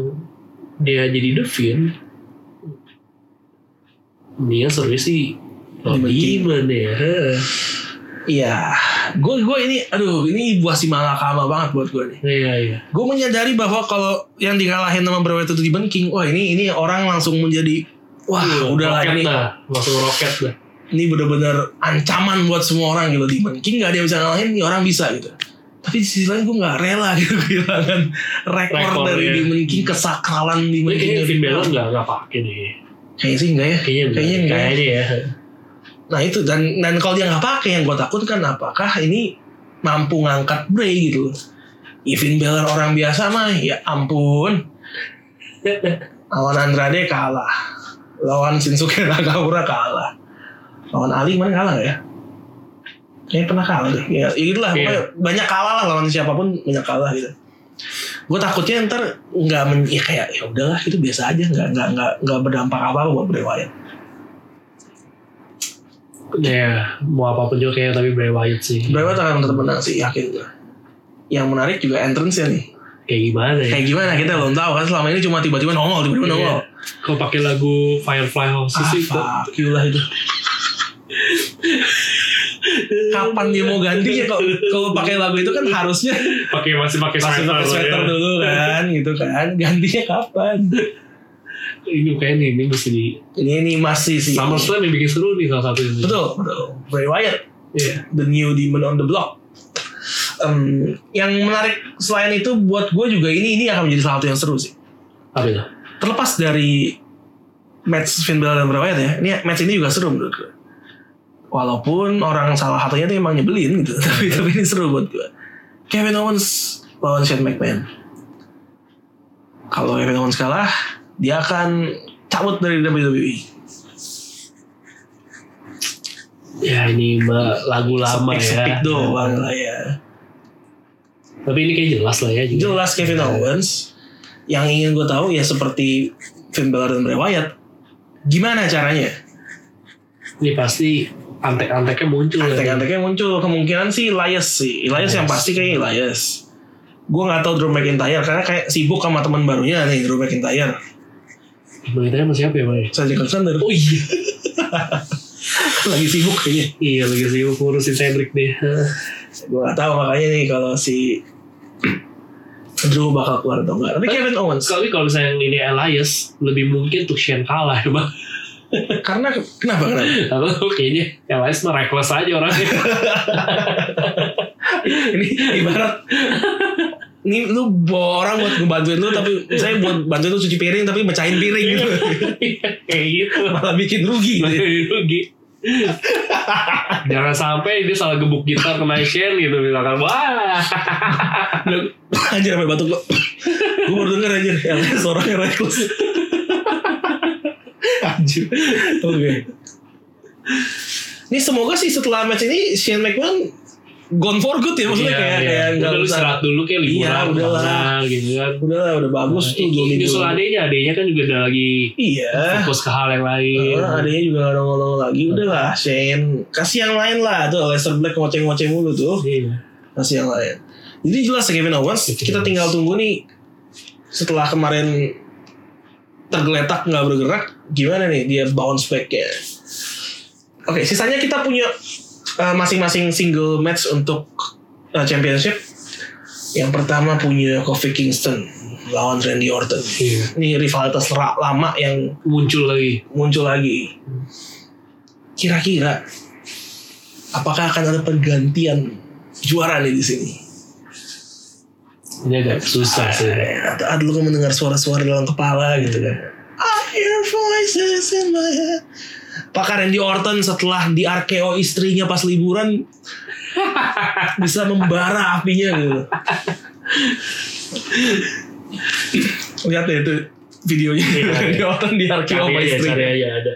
dia jadi Devin, dia seru sih. Oh, Demon King. gimana ya? Heeh. Iya. Gue gue ini, aduh, ini buah si malakama banget buat gue nih. Iya iya. Gue menyadari bahwa kalau yang dikalahin sama Bray Wyatt itu The Demon King, wah ini ini orang langsung menjadi wah Ah, udah lah Iya, roket ini dah, langsung roket dah. ini bener-bener ancaman buat semua orang gitu Demon King gak ada yang bisa ngalahin ini orang bisa gitu tapi di sisi lain gue gak rela [laughs] gitu kehilangan rekor, Rekor, dari iya. Demon King kesakralan Demon Tapi kayaknya King Finn Balor nggak nggak pakai deh. kayaknya sih enggak ya Kayaknya enggak. kayaknya enggak ya. Kayaknya ya. nah itu dan dan kalau dia gak pakai yang gue takutkan apakah ini mampu ngangkat Bray gitu loh Ya, Finn Balor orang biasa mah ya ampun lawan Andrade kalah lawan Shinsuke Nakamura kalah lawan Ali mana kalah nggak ya Kayaknya pernah kalah deh ya, ya gitu lah Iya. pokoknya banyak kalah lah lawan siapapun banyak kalah gitu gue takutnya ntar nggak men ya kayak ya udahlah itu biasa aja nggak nggak nggak nggak berdampak apa apa buat Bray Wyatt Ya, mau apapun juga kayaknya tapi Bray Wyatt sih. Bray Wyatt akan tetap menang sih yakin gue yang menarik juga entrance nya nih Kayak gimana ya? kayak gitu gimana kita belum tahu kan selama ini cuma tiba-tiba nongol tiba-tiba Iya. nongol Kalau pakai lagu Firefly House ah, sih itu. fuck you lah itu kapan dia mau ganti ya kalau kalau pakai lagu itu kan harusnya Pakai masih pakai masih sweater. pakai sweater ya. dulu kan gitu kan gantinya kapan Ini kayak nih, ini mesti di ini ini masih sih SummerSlam yang bikin seru nih salah satu Iya. ini. betul betul Bray Wyatt Iya. the new demon on the block. Em, yang menarik selain itu buat gue juga ini ini akan menjadi salah satu yang seru sih. Apa itu? Terlepas dari match Finn Balor dan Bray Wyatt ya, ini match ini juga seru menurut gue. Walaupun orang salah satunya tuh emang nyebelin gitu, [laughs] tapi tapi ini seru buat gue. Kevin Owens lawan Shane McMahon. Kalau Kevin Owens kalah, dia akan cabut dari E. WWE. Ya ini mah lagu lama Sepik-sepik ya. doang lah ya. Tapi ini kayak jelas lah ya. juga. jelas Kevin Owens yang ingin gue tahu ya seperti Finn Balor dan Bray Wyatt gimana caranya Ini pasti antek-anteknya muncul. ya. antek-anteknya muncul kemungkinan sih Elias sih Iya. Elias yang pasti kayak Elias gue nggak tahu Drew McIntyre karena kayak sibuk sama teman barunya nih Drew McIntyre Beritanya masih apa ya, Pak? Cedric Alexander [laughs] Oh iya. lagi sibuk kayaknya iya lagi sih ngurusin Cedric deh. gue nggak tahu makanya nih kalau si Drew bakal keluar atau enggak tapi Kevin Owens Tapi kalau misalnya yang ini Elias, lebih mungkin tuh Shane kalah ya, Bang. karena kenapa kenapa Lalu kayaknya Elias mah reckless aja orangnya. [laughs] ini ibarat ini lu bawa orang buat ngebantuin lu tapi saya buat bantuin lu cuci piring tapi mecahin piring [laughs] gitu kayak gitu. malah bikin rugi gitu. Rugi. Jangan sampai dia salah gebuk gitar kena Shane gitu misalkan wah [coughs] anjir sampai batuk [coughs] lu gue baru denger anjir yang suaranya reckless anjir oke ini semoga sih setelah match ini Shane McMahon gone for good ya maksudnya Iya, kayak iya. kayak nggak udah lu usah istirahat dulu kayak liburan Iya, udah lah. kemana, gitu kan Nah, udah lah udah bagus tuh dua minggu Nyusul adenya, adenya kan juga udah lagi iya fokus ke hal yang lain. Orang adanya juga nggak nongol-nongol lagi udah lah Shane kasih yang lain lah tuh Lester Black ngoceng-ngoceng mulu tuh Iya. kasih yang lain jadi jelas ya Kevin Owens kita tinggal tunggu nih setelah kemarin tergeletak nggak bergerak gimana nih dia bounce back ya oke sisanya kita punya eh, masing-masing single match untuk eh, championship yang pertama punya Kofi Kingston lawan Randy Orton Iya. ini rivalitas ra- lama yang Muncul lagi. muncul lagi. Kira-kira apakah akan ada pergantian juara nih di sini? Ini agak susah sih. Atau ada lu kan mendengar suara-suara dalam kepala gitu kan? I hear voices in my head. Apakah Randy Orton setelah di RKO istrinya pas liburan [laughs] bisa membara apinya gitu? Lihat deh itu videonya Iya, iya. Randy Orton di RKO Cari sama aja, istrinya. cari aja ada.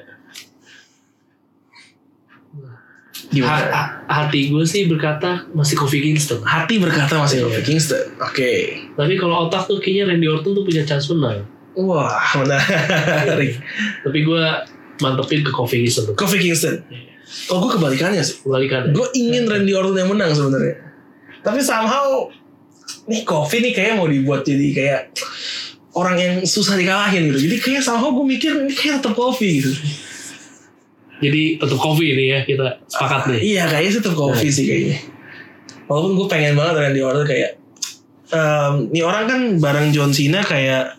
Gimana? Ha- ha- hati gue sih berkata masih Kofi Kingston. hati berkata masih Iya. Kofi Kingston. Oke. Tapi kalau otak tuh kayaknya Randy Orton tuh punya chance menang. Wah, menarik. Tapi gue mantepin ke Kofi Kingston. Kofi Kingston. Kalau gue kebalikannya sih. Kebalikan. ya. Gue ingin Randy Orton yang menang sebenarnya. Hmm. Tapi somehow nih Kofi nih kayaknya mau dibuat jadi kayak orang yang susah dikalahin gitu. Jadi kayak somehow gue mikir ini kayak tetap Kofi gitu. Jadi tetap Kofi ini ya kita sepakat nih. Iya kayaknya sih tetap Kofi sih kayaknya. Walaupun gue pengen banget Randy Orton kayak em, nih orang kan bareng John Cena kayak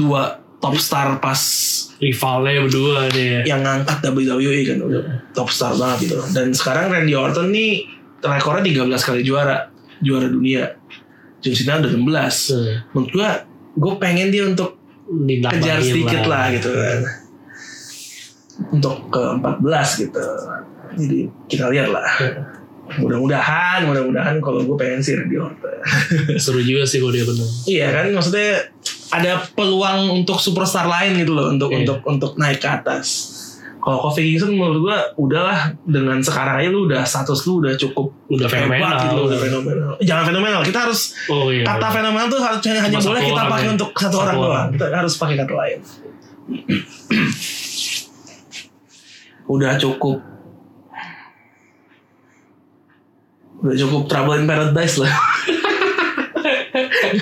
dua top star pas Rivalnya berdua nih ya. yang ngangkat WWE kan udah top star banget gitu dan sekarang Randy Orton nih rekornya 13 kali juara juara dunia John Cena udah 16 Hmm. menurut gua gue pengen dia untuk Ditambahin kejar sedikit lah. gitu kan untuk ke 14 gitu jadi kita lihat lah mudah-mudahan mudah-mudahan kalau gue pengen sih Randy Orton [laughs] Seru juga sih kalau dia menang. iya kan maksudnya ada peluang untuk superstar lain gitu loh untuk Iya. untuk untuk naik ke atas Kalau Coffee Kingston menurut gua udahlah dengan sekarang aja lu udah status lu udah cukup Udah hebat fenomenal. gitu, udah fenomenal. Jangan fenomenal, kita harus Oh iya. kata fenomenal tuh harus hanya Cuma boleh satu kita orang pakai ya. untuk satu Satu orang orang. doang. Kita harus pakai kata lain. [clears throat] Udah cukup. Udah cukup Trouble in Paradise lah.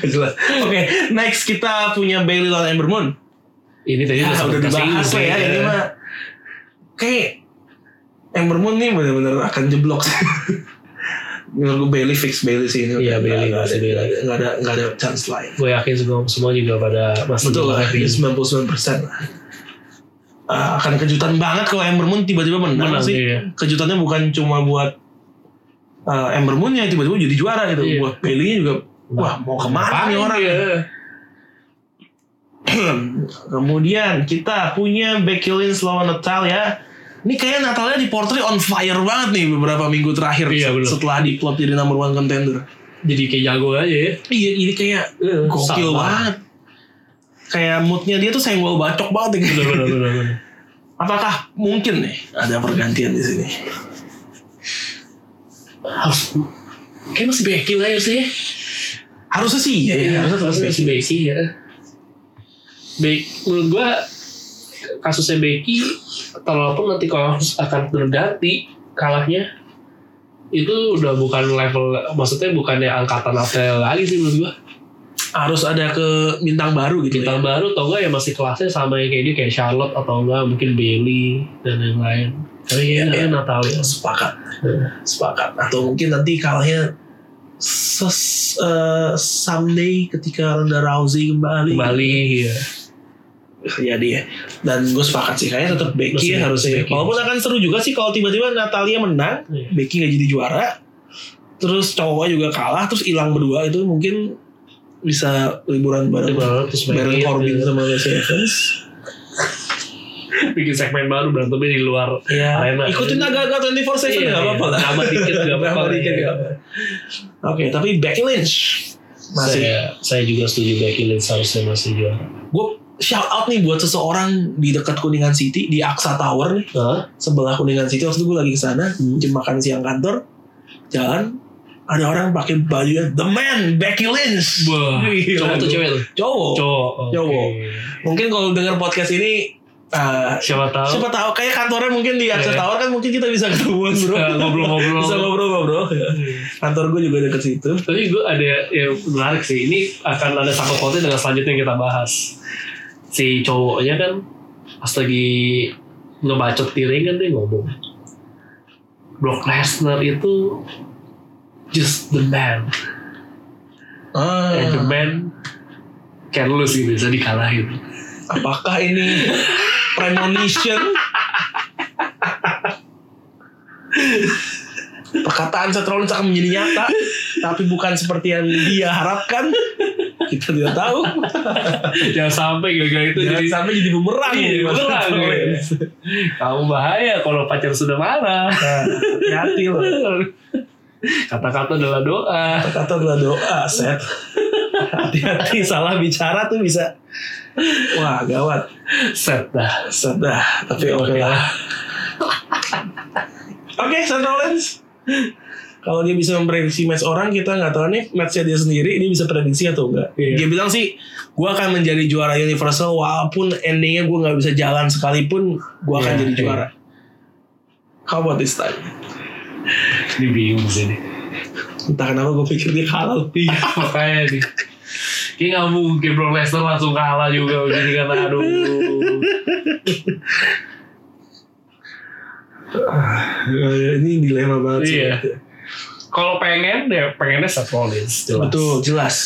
Gak [laughs] jelas. Oke, next kita punya Bailey lawan Ember Moon. Ini tadi Ya, sempet udah kasih dibahas info lah ya ini mah. Kayak Ember Moon nih bener-bener akan jeblok [laughs] sih. Menurut gue Bailey fix Bailey sih ini. Iya, Bailey, Nggak pasti ada, Bailey. nggak ada, nggak ada chance lain. Gue yakin semua, semua juga pada masih Betul Iya, lah, yakin. ini 99 persen. Ah, akan kejutan banget kalau Ember Moon tiba-tiba menang, Menang, sih. iya. Kejutannya bukan cuma buat eh, Ember Moon yang tiba-tiba jadi juara gitu. Iya. Buat Bailey juga, wah mau kemana nih orang? gitu. Iya. Kemudian kita punya Becky Lynch lawan Natalia. Ini kayaknya Natalia di portrait on fire banget nih beberapa minggu terakhir Iya, bener. setelah diplot jadi number one contender. Jadi kayak jago aja ya. Iya, ini kayak Iya, gokil sama. banget. Kayak moodnya dia tuh senggol bacok banget. [laughs] ya. Bener bener bener. bener. Apakah mungkin nih ada pergantian di sini? Harus kayak masih Becky lah ya sih. Harusnya sih iya, ya. harusnya terus Becky. masih Becky ya. Baik, menurut gue kasusnya Becky, walaupun nanti kalau akan berdati kalahnya itu udah bukan level maksudnya bukannya angkatan Natalia lagi sih menurut gue Harus ada ke bintang baru gitu. bintang baru atau enggak ya masih kelasnya sama yang kayak dia kayak Charlotte atau enggak mungkin Bailey dan yang lain tapi Iya, iya. kayaknya Natalia Ya, sepakat, Iya. sepakat. Atau mungkin nanti kalahnya ses, eh, someday ketika Ronda Rousey kembali. kembali ya Jadi ya. Dan gue sepakat sih kayaknya tetap Becky Masih ya, harusnya. Becky. Walaupun akan seru juga sih kalau tiba-tiba Natalia menang, Iya. Becky nggak jadi juara, terus cowoknya juga kalah, terus hilang berdua itu mungkin bisa liburan bareng. terus Bareng Corbin sama Lacey Evans. [laughs] bikin segmen baru berantemnya di luar Ya, Arena. ikutin agak-agak 24/7 Iya, nggak iya. apa-apa lah. Nambah dikit nggak apa-apa. Nambah dikit nggak apa-apa. iya. Oke, tapi Becky Lynch masih saya, saya juga setuju Becky Lynch harusnya masih juara gue shout out nih buat seseorang di dekat Kuningan City di Aksa Tower nih Hah? sebelah Kuningan City waktu itu gue lagi ke sana Hmm. jam makan siang kantor jalan ada orang pakai bajunya The Man Becky Lynch Wah, Gila, cowok tuh gua. cewek tuh? cowok Iya, Cowok. oke. Cowok. mungkin kalau dengar podcast ini eh, Siapa tahu? siapa tahu kayak kantornya mungkin di Aksa Iya. Tower kan mungkin [laughs] kita bisa ketemu bro Eh, ngobrol-ngobrol. bisa ngobrol-ngobrol ya. kantor gue juga deket situ Tapi gue ada yang menarik sih. Ini akan ada sangkut pautnya dengan selanjutnya yang kita bahas. Si cowoknya kan pas lagi ngebacot tiring kan dia ngomong. Brock Lesnar itu just the man. Ah, And Eh, the man can lose gitu. Bisa [laughs] dikalahin. apakah ini premonition perkataan Seth Rollins akan menjadi nyata tapi bukan seperti yang dia harapkan kita tidak tahu Jangan sampai gagal itu jangan jadi sampai jadi bumerang Iya, jadi bumerang, Seth Rollins. kamu bahaya kalau pacar sudah marah. [laughs] Nah, hati-hati loh Kata-kata adalah doa. kata adalah doa Seth hati-hati salah bicara tuh bisa wah gawat Set dah. Seth dah tapi oke lah Oke, Seth Rollins. Kalau dia bisa memprediksi match orang, kita nggak tahu nih matchnya dia sendiri, dia bisa prediksi atau enggak. Iya. Dia bilang sih, gue akan menjadi juara Universal walaupun endingnya gue nggak bisa jalan sekalipun, gue akan Iya, jadi iya. juara. How about this time? Ini [laughs] bingung sih nih. Entah kenapa gue pikir dia kalah. Iya makanya nih. Kayak nggak mungkin Brock Lesnar langsung kalah juga begini kan aduh. Eh, Ini dilema banget sih. Iya. Kalau pengen ya pengennya Seth Rollins jelas. Betul, jelas.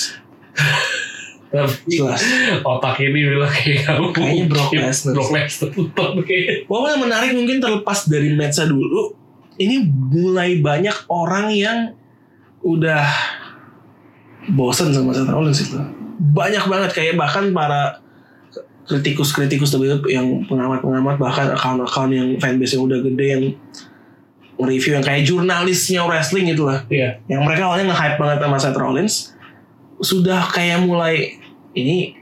Tapi Jelas. otak ini bilang kayak nggak mungkin. Kayaknya Brock Lesnar. Brock Lesnar tetap kayak. Walaupun yang menarik mungkin terlepas dari match dulu, ini mulai banyak orang yang udah bosen sama Seth Rollins itu. Banyak banget kayak bahkan para kritikus-kritikus WWE yang pengamat-pengamat bahkan account-account yang fanbase yang udah gede yang review yang kayak jurnalisnya wrestling gitu lah Iya. yang mereka awalnya nge-hype banget sama Seth Rollins sudah kayak mulai ini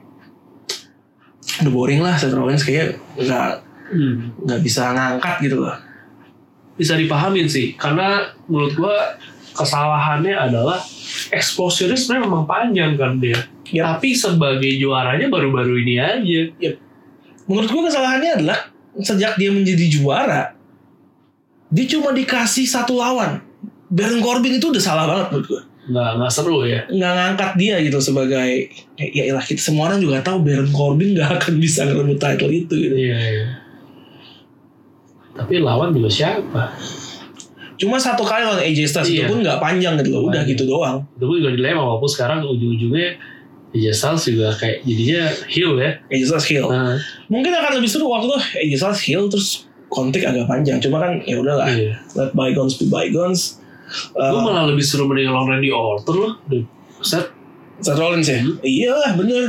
udah boring lah Seth Rollins kayak nggak Hmm. nggak bisa ngangkat gitu loh Bisa dipahamin sih, karena menurut gua kesalahannya adalah exposure-nya sebenarnya memang panjang kan dia. Yap. Tapi sebagai juaranya baru-baru ini aja. menurut gua kesalahannya adalah sejak dia menjadi juara dia cuma dikasih satu lawan Baron Corbin itu udah salah banget menurut gua Nggak, nggak seru ya. nggak ngangkat dia gitu sebagai ya iyalah kita semua orang juga tahu Baron Corbin nggak akan bisa ngerebut title itu gitu. Iya, iya. Tapi lawan juga siapa? Cuma satu kali lawan AJ Styles itu Iya. pun nggak panjang gitu loh, udah Panjang. gitu doang. Itu pun juga dilema walaupun sekarang ujung-ujungnya AJ Styles juga kayak jadinya heel ya. AJ Styles heel. Nah, Mungkin akan lebih seru waktu itu AJ Styles heel terus konflik agak panjang. Cuma kan ya udahlah, iya. let bygones be bygones. Gue Uh, malah lebih seru mending lawan Randy Orton loh. Duh, Set Seth Rollins ya? Hmm. Iyalah bener.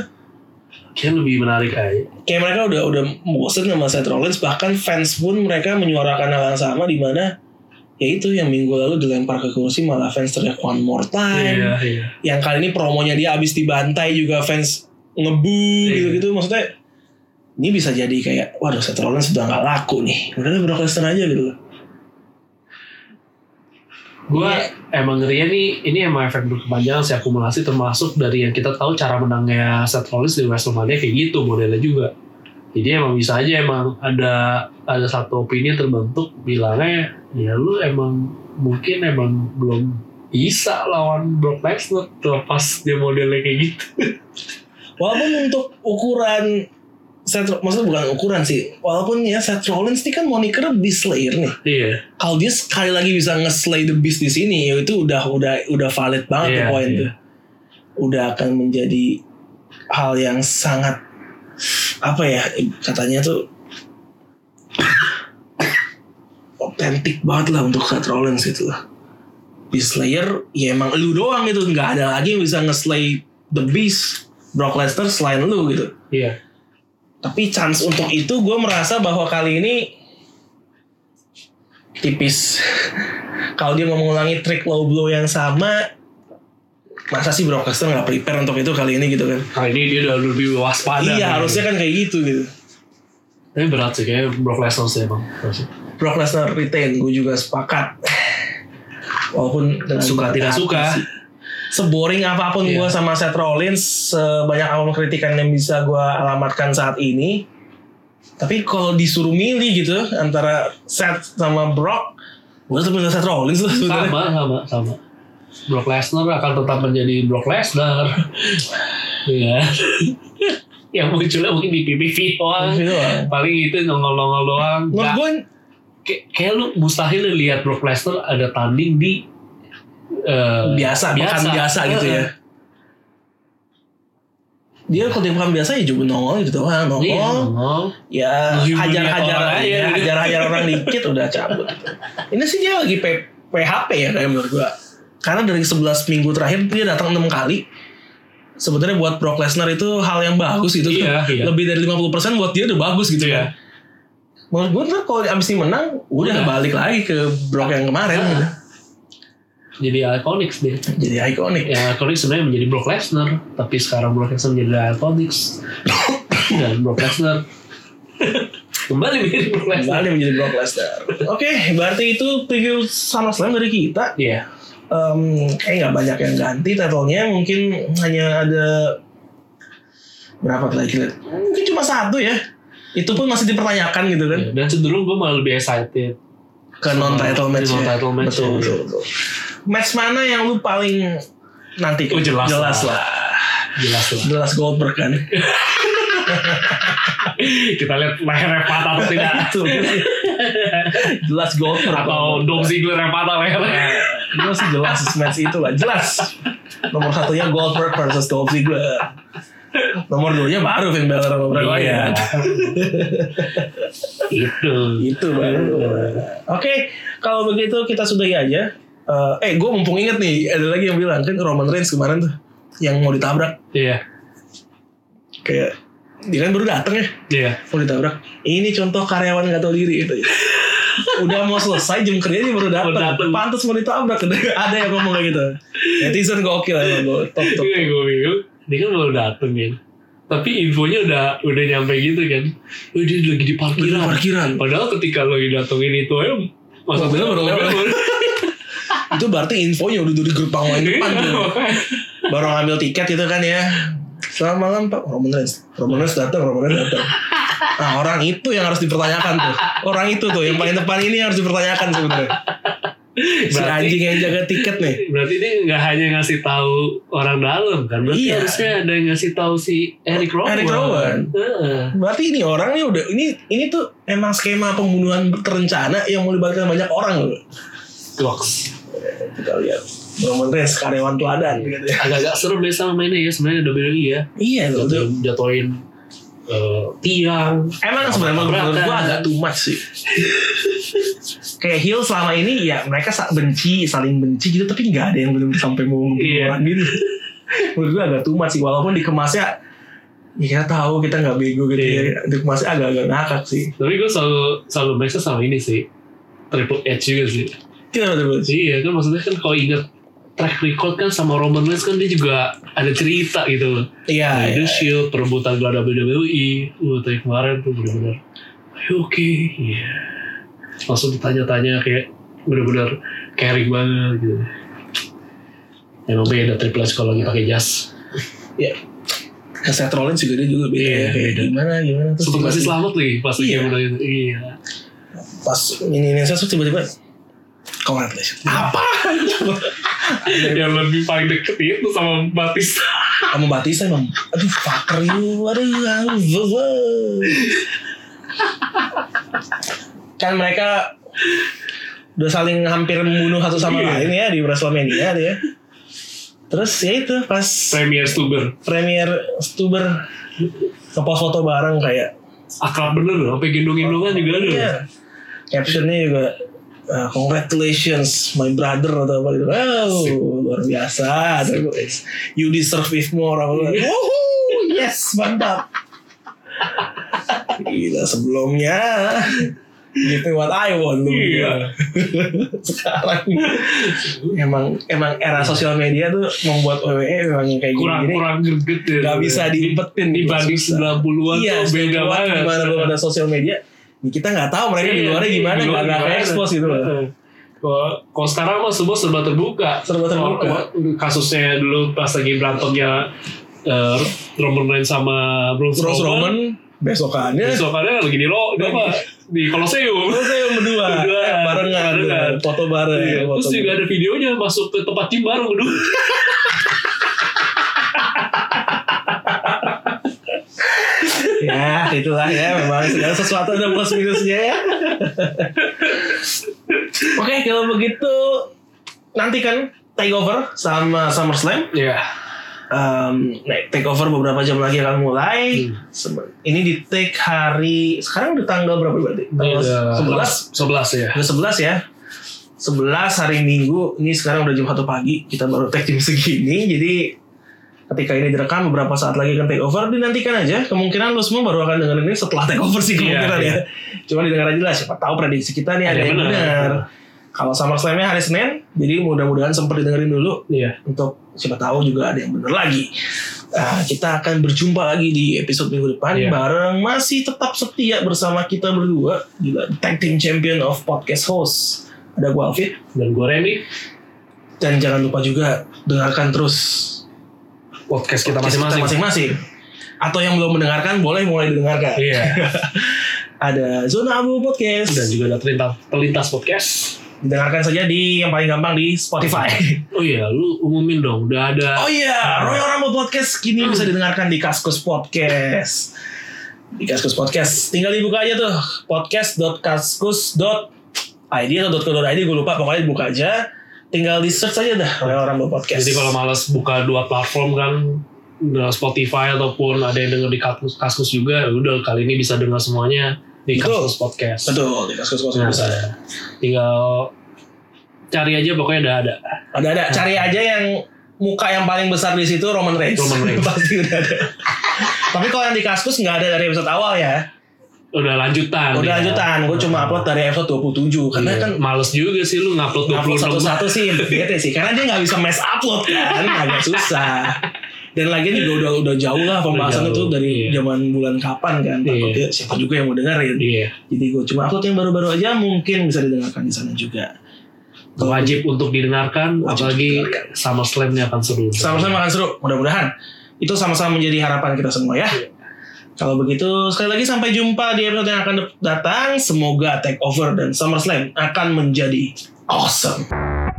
kayak lebih menarik aja. Kayak mereka udah udah bosen sama Seth Rollins. Bahkan fans pun mereka menyuarakan hal yang sama di mana ya itu yang minggu lalu dilempar ke kursi malah fans teriak one more time. Iya, iya. yang kali ini promonya dia abis dibantai juga fans ngebu Iya. gitu-gitu maksudnya ini bisa jadi kayak waduh Seth Rollins sudah nggak laku nih udah lah Brock Lesnar aja gitu loh Gue Iya. emang ngerinya nih, ini emang efek berkepanjangan sih akumulasi termasuk dari yang kita tahu cara menangnya Seth Rollins di WrestleMania kayak gitu modelnya juga. Jadi emang bisa aja emang ada ada satu opini yang terbentuk bilangnya ya lu emang mungkin emang belum bisa lawan Brock Lesnar terlepas dia modelnya kayak gitu. walaupun untuk ukuran Seth, maksudnya bukan ukuran sih walaupun ya Seth Rollins ini kan moniker Beast Slayer nih Iya. kalau dia sekali lagi bisa nge-slay the beast di sini ya itu udah udah udah valid banget Iya, tuh poin iya. tuh udah akan menjadi hal yang sangat apa ya katanya tuh otentik banget lah untuk Seth Rollins gitu lah Beast Slayer ya emang lu doang gitu nggak ada lagi yang bisa nge-slay the beast Brock Lesnar selain lu gitu Iya. tapi chance untuk itu gue merasa bahwa kali ini tipis. [laughs] Kalau dia mau mengulangi trik low blow yang sama, masa sih Brock Lesnar nggak prepare untuk itu kali ini gitu kan? Kali ini dia udah lebih waspada. iya nih. harusnya kan kayak gitu gitu. Tapi berat sih kayaknya Brock Lesnar sih emang. Harusnya. Brock Lesnar retain, gue juga sepakat. Walaupun dengan Suka berat tidak hati suka. sih. Seboring apapun Iya. gue sama Seth Rollins, sebanyak apapun kritikan yang bisa gue alamatkan saat ini. Tapi kalau disuruh milih gitu antara Seth sama Brock, gue tetap milih Seth Rollins lah sebenarnya. sama sama sama Brock Lesnar akan tetap menjadi Brock Lesnar [laughs] ya [laughs] yang munculnya mungkin di PPV doang Gitu lah. paling itu nongol-nongol doang Menurut Nggak- gue kayak, kayak lu mustahil lihat Brock Lesnar ada tanding di eh, biasa, bukan biasa gitu ya. Dia kalau dia bukan biasa ya cuma nongol gitu doang, nongol. Iya, nongol. ya Human hajar-hajar orang aja, aja gitu. hajar-hajar orang dikit udah cabut. Ini sih dia lagi P- PHP ya kayak menurut gua. Karena dari 11 minggu terakhir dia datang 6 kali. Sebenarnya buat Brock Lesnar itu hal yang bagus gitu. Iya, iya. Lebih dari 50% buat dia udah bagus gitu ya. Iya. Menurut gua ntar kalau abis ini menang, udah Udah. balik lagi ke Brock yang kemarin. Ah. gitu. jadi ikonik deh Jadi ikonik. yang ikonik sebenarnya menjadi Brock Lesnar tapi sekarang Brock Lesnar menjadi ikonik dan Brock Lesnar [laughs] kembali menjadi Brock Lesnar Kembali menjadi Brock Lesnar. Oke, berarti itu preview SummerSlam dari kita. iya Em, kayak nggak banyak yang ganti titlenya mungkin hanya ada berapa lagi lihat mungkin cuma satu ya itu pun masih dipertanyakan gitu kan Iya, dan cenderung gue malah lebih excited ke non title Sama match, non-title Iya. match betul, ya. betul, betul. match mana yang lu paling nanti Oh, lah. jelas lah. jelas lah jelas Goldberg [laughs] kan kita lihat lehernya patah atau tidak itu jelas Goldberg atau Dom Ziggler yang patah lehernya Gue sih jelas match itu lah Jelas Nomor satunya Goldberg versus Dolph Ziggler Nomor duanya baru Finn Balor sama Bray Wyatt Iya. itu Gitu baru. Oke, kalau begitu kita sudahi aja. Eh, eh, gue mumpung inget nih, ada lagi yang bilang kan Roman Reigns kemarin tuh yang mau ditabrak iya kayak dia kan baru dateng ya iya mau ditabrak. Ini contoh karyawan gak tahu diri itu. [laughs] Udah mau selesai jam kerja dia baru Baru datang. dateng. Pantas mau ditabrak. [laughs] ada yang ngomong kayak gitu. Netizen gokil emang, gua. top top. gue gue bingung dia kan baru dateng kan tapi infonya udah udah nyampe gitu kan oh, dia lagi di Di parkiran parkiran. padahal ketika lo datengin itu aja Mobilnya maksudnya baru baru lewat. Itu berarti infonya udah di gerbang paling [laughs] depan tuh. Baru ngambil tiket gitu kan ya. Selamat malam Pak Roman Reigns. Roman Reigns datang, Roman Reigns datang. Nah orang itu yang harus dipertanyakan tuh. Orang itu tuh yang paling depan ini yang harus dipertanyakan sebenarnya. Si Berarti- anjing yang jaga tiket nih. [laughs] berarti dia nggak hanya ngasih tahu orang dalam kan berarti Iya. harusnya ada yang ngasih tahu si Eric Rowan Eric Rowan. Heeh. Berarti ini orang nih udah ini ini tuh emang skema pembunuhan terencana yang melibatkan banyak orang loh. Clocks. Kita lihat Roman Reigns karyawan teladan gitu ya. Iya. agak-agak serem deh sama mainnya ya sebenarnya WWE ya Iya loh. tuh. Jatuhin, jatuhin eh, tiang Emang sebenarnya menurut gue Tabrakan. agak too much sih. Kayak heel selama ini ya mereka sa- benci, saling benci gitu tapi nggak ada yang belum sampai mau ngebunuh Iya. orang [laughs] gitu. menurut gue agak too much sih walaupun dikemasnya ya kita tahu kita nggak bego gitu Iya. ya. Dikemasnya agak-agak ngakak sih. tapi gue selalu selalu biasa sama ini sih Triple H juga sih Kita betul iya kan maksudnya kan kalau inget track record kan sama Roman Reigns kan dia juga ada cerita gitu loh Iya. Nah, iya. itu Shield perebutan gelar WWE uh, tadi kemarin tuh bener-bener ayo oke iya langsung ditanya-tanya kayak bener-bener caring banget gitu emang beda Triple H kalau lagi pakai jas Ke Seth Rollins juga dia juga beda. Iya, ya. Kayak beda. Gimana gimana terus Satu masih tiba-tiba- selamat nih pas lagi Iya. udah itu iya pas ini ini saya tiba-tiba congratulations. Apa? yang lebih paling deket itu sama Batista Kamu Batista emang aduh fucker you aduh aduh, aduh. kan mereka udah saling hampir membunuh satu sama Iya. lain ya di Wrestlemania tuh ya terus ya itu pas Premier Stuber premier Stuber ngepost foto bareng kayak akrab bener loh sampai gendong-gendongan juga ada Iya. captionnya juga uh, congratulations my brother atau apa gitu wow luar biasa Terus gue, you deserve it more apa apa. Woohoo, yes mantap gila sebelumnya give me what I want lu Iya. sekarang emang emang era sosial media tuh membuat WWE memang yang kayak kurang gini kurang greget ya Iya. Gak bisa diumpetin. gitu, dibanding Susah. 90-an iya, tuh beda banget Gimana belum ada sosial media? ya Kita nggak tahu mereka di Iya, luarnya iya, gimana, di nggak luar nggak gimana. expose gitu loh. Heeh. Kalau kalau sekarang mah semua serba terbuka. Serba terbuka. Kalau- kalau Kasusnya dulu pas lagi berantemnya eh, Roman Reigns sama Bruce, Terus Roman Roman. besokannya Besokannya lagi di lo, di apa? Di Colosseum. terus saya berdua Berdua. eh, barengan, Barengan. foto bareng. Iya, foto Terus juga ada videonya masuk ke tempat gym baru dulu. bareng. Ya, itulah ya memang segala sesuatu ada plus minusnya ya. Oke, kalau begitu nanti kan takeover sama SummerSlam. Iya. um, nah, takeover beberapa jam lagi akan mulai. Sebe- Ini di take hari sekarang udah tanggal berapa berarti? Tanggal Sebelas. 11. Sebelas ya. Udah 11 ya. 11 hari Minggu. Ini sekarang udah jam 1 pagi. Kita baru take jam segini. Jadi ketika ini direkam beberapa saat lagi akan takeover dinantikan aja kemungkinan lu semua baru akan dengerin ini setelah takeover sih Iya, kemungkinan iya. ya cuma didengar aja lah siapa tahu prediksi kita nih Iya, ada yang benar. benar kalau SummerSlam nya hari Senin jadi mudah-mudahan sempat didengerin dulu Iya. untuk siapa tahu juga ada yang bener lagi. Nah, kita akan berjumpa lagi di episode minggu depan Iya. bareng masih tetap setia bersama kita berdua gila tag team champion of podcast host ada gua Alvin Dan gue Remy. dan jangan lupa juga dengarkan terus Podcast kita podcast kita masing-masing. masing-masing. Atau yang belum mendengarkan boleh mulai didengarkan. Iya. Ada Zona Abu Podcast. Dan juga ada terlintas, terlintas podcast. Dengarkan saja di yang paling gampang di Spotify. Oh iya, lu umumin dong. Udah ada. Oh Ah. iya, Royal Rumble Podcast kini bisa Hmm. didengarkan di Kaskus Podcast. Di Kaskus Podcast. Tinggal dibuka aja tuh podcast.kaskus.id atau .co.id gue lupa pokoknya dibuka aja. Tinggal di search aja dah Royal Rumble Podcast. Jadi kalau malas buka dua platform kan dengan Spotify ataupun ada yang denger di Kaskus, Kaskus juga, ya udah kali ini bisa dengar semuanya di Betul. Kaskus Podcast. betul di Kaskus Podcast Nah, bisa. tinggal cari aja pokoknya udah ada. Ada ada cari aja yang muka yang paling besar di situ Roman Reigns. Roman Reigns. [laughs] Pasti udah ada. Tapi kalau yang di Kaskus nggak ada dari episode awal ya. Udah lanjutan. Udah ya. lanjutan, gue cuma upload dari episode 27 karena Iya. kan males juga sih lu ngupload upload 26 [laughs] ya, satu-satu sih bete sih karena dia nggak bisa mass upload kan agak susah dan lagian juga udah udah jauh lah pembahasan Udah itu jauh, dari iya. zaman bulan kapan kan Iya. takutnya siapa juga yang mau dengerin Iya. jadi gue cuma upload yang baru-baru aja mungkin bisa didengarkan di sana juga Wajib untuk didengarkan, Wajib apalagi didengarkan. sama slamnya kan akan seru. sama-sama akan seru mudah-mudahan itu sama-sama menjadi harapan kita semua ya Iya. kalau begitu sekali lagi sampai jumpa di episode yang akan datang semoga takeover dan SummerSlam akan menjadi awesome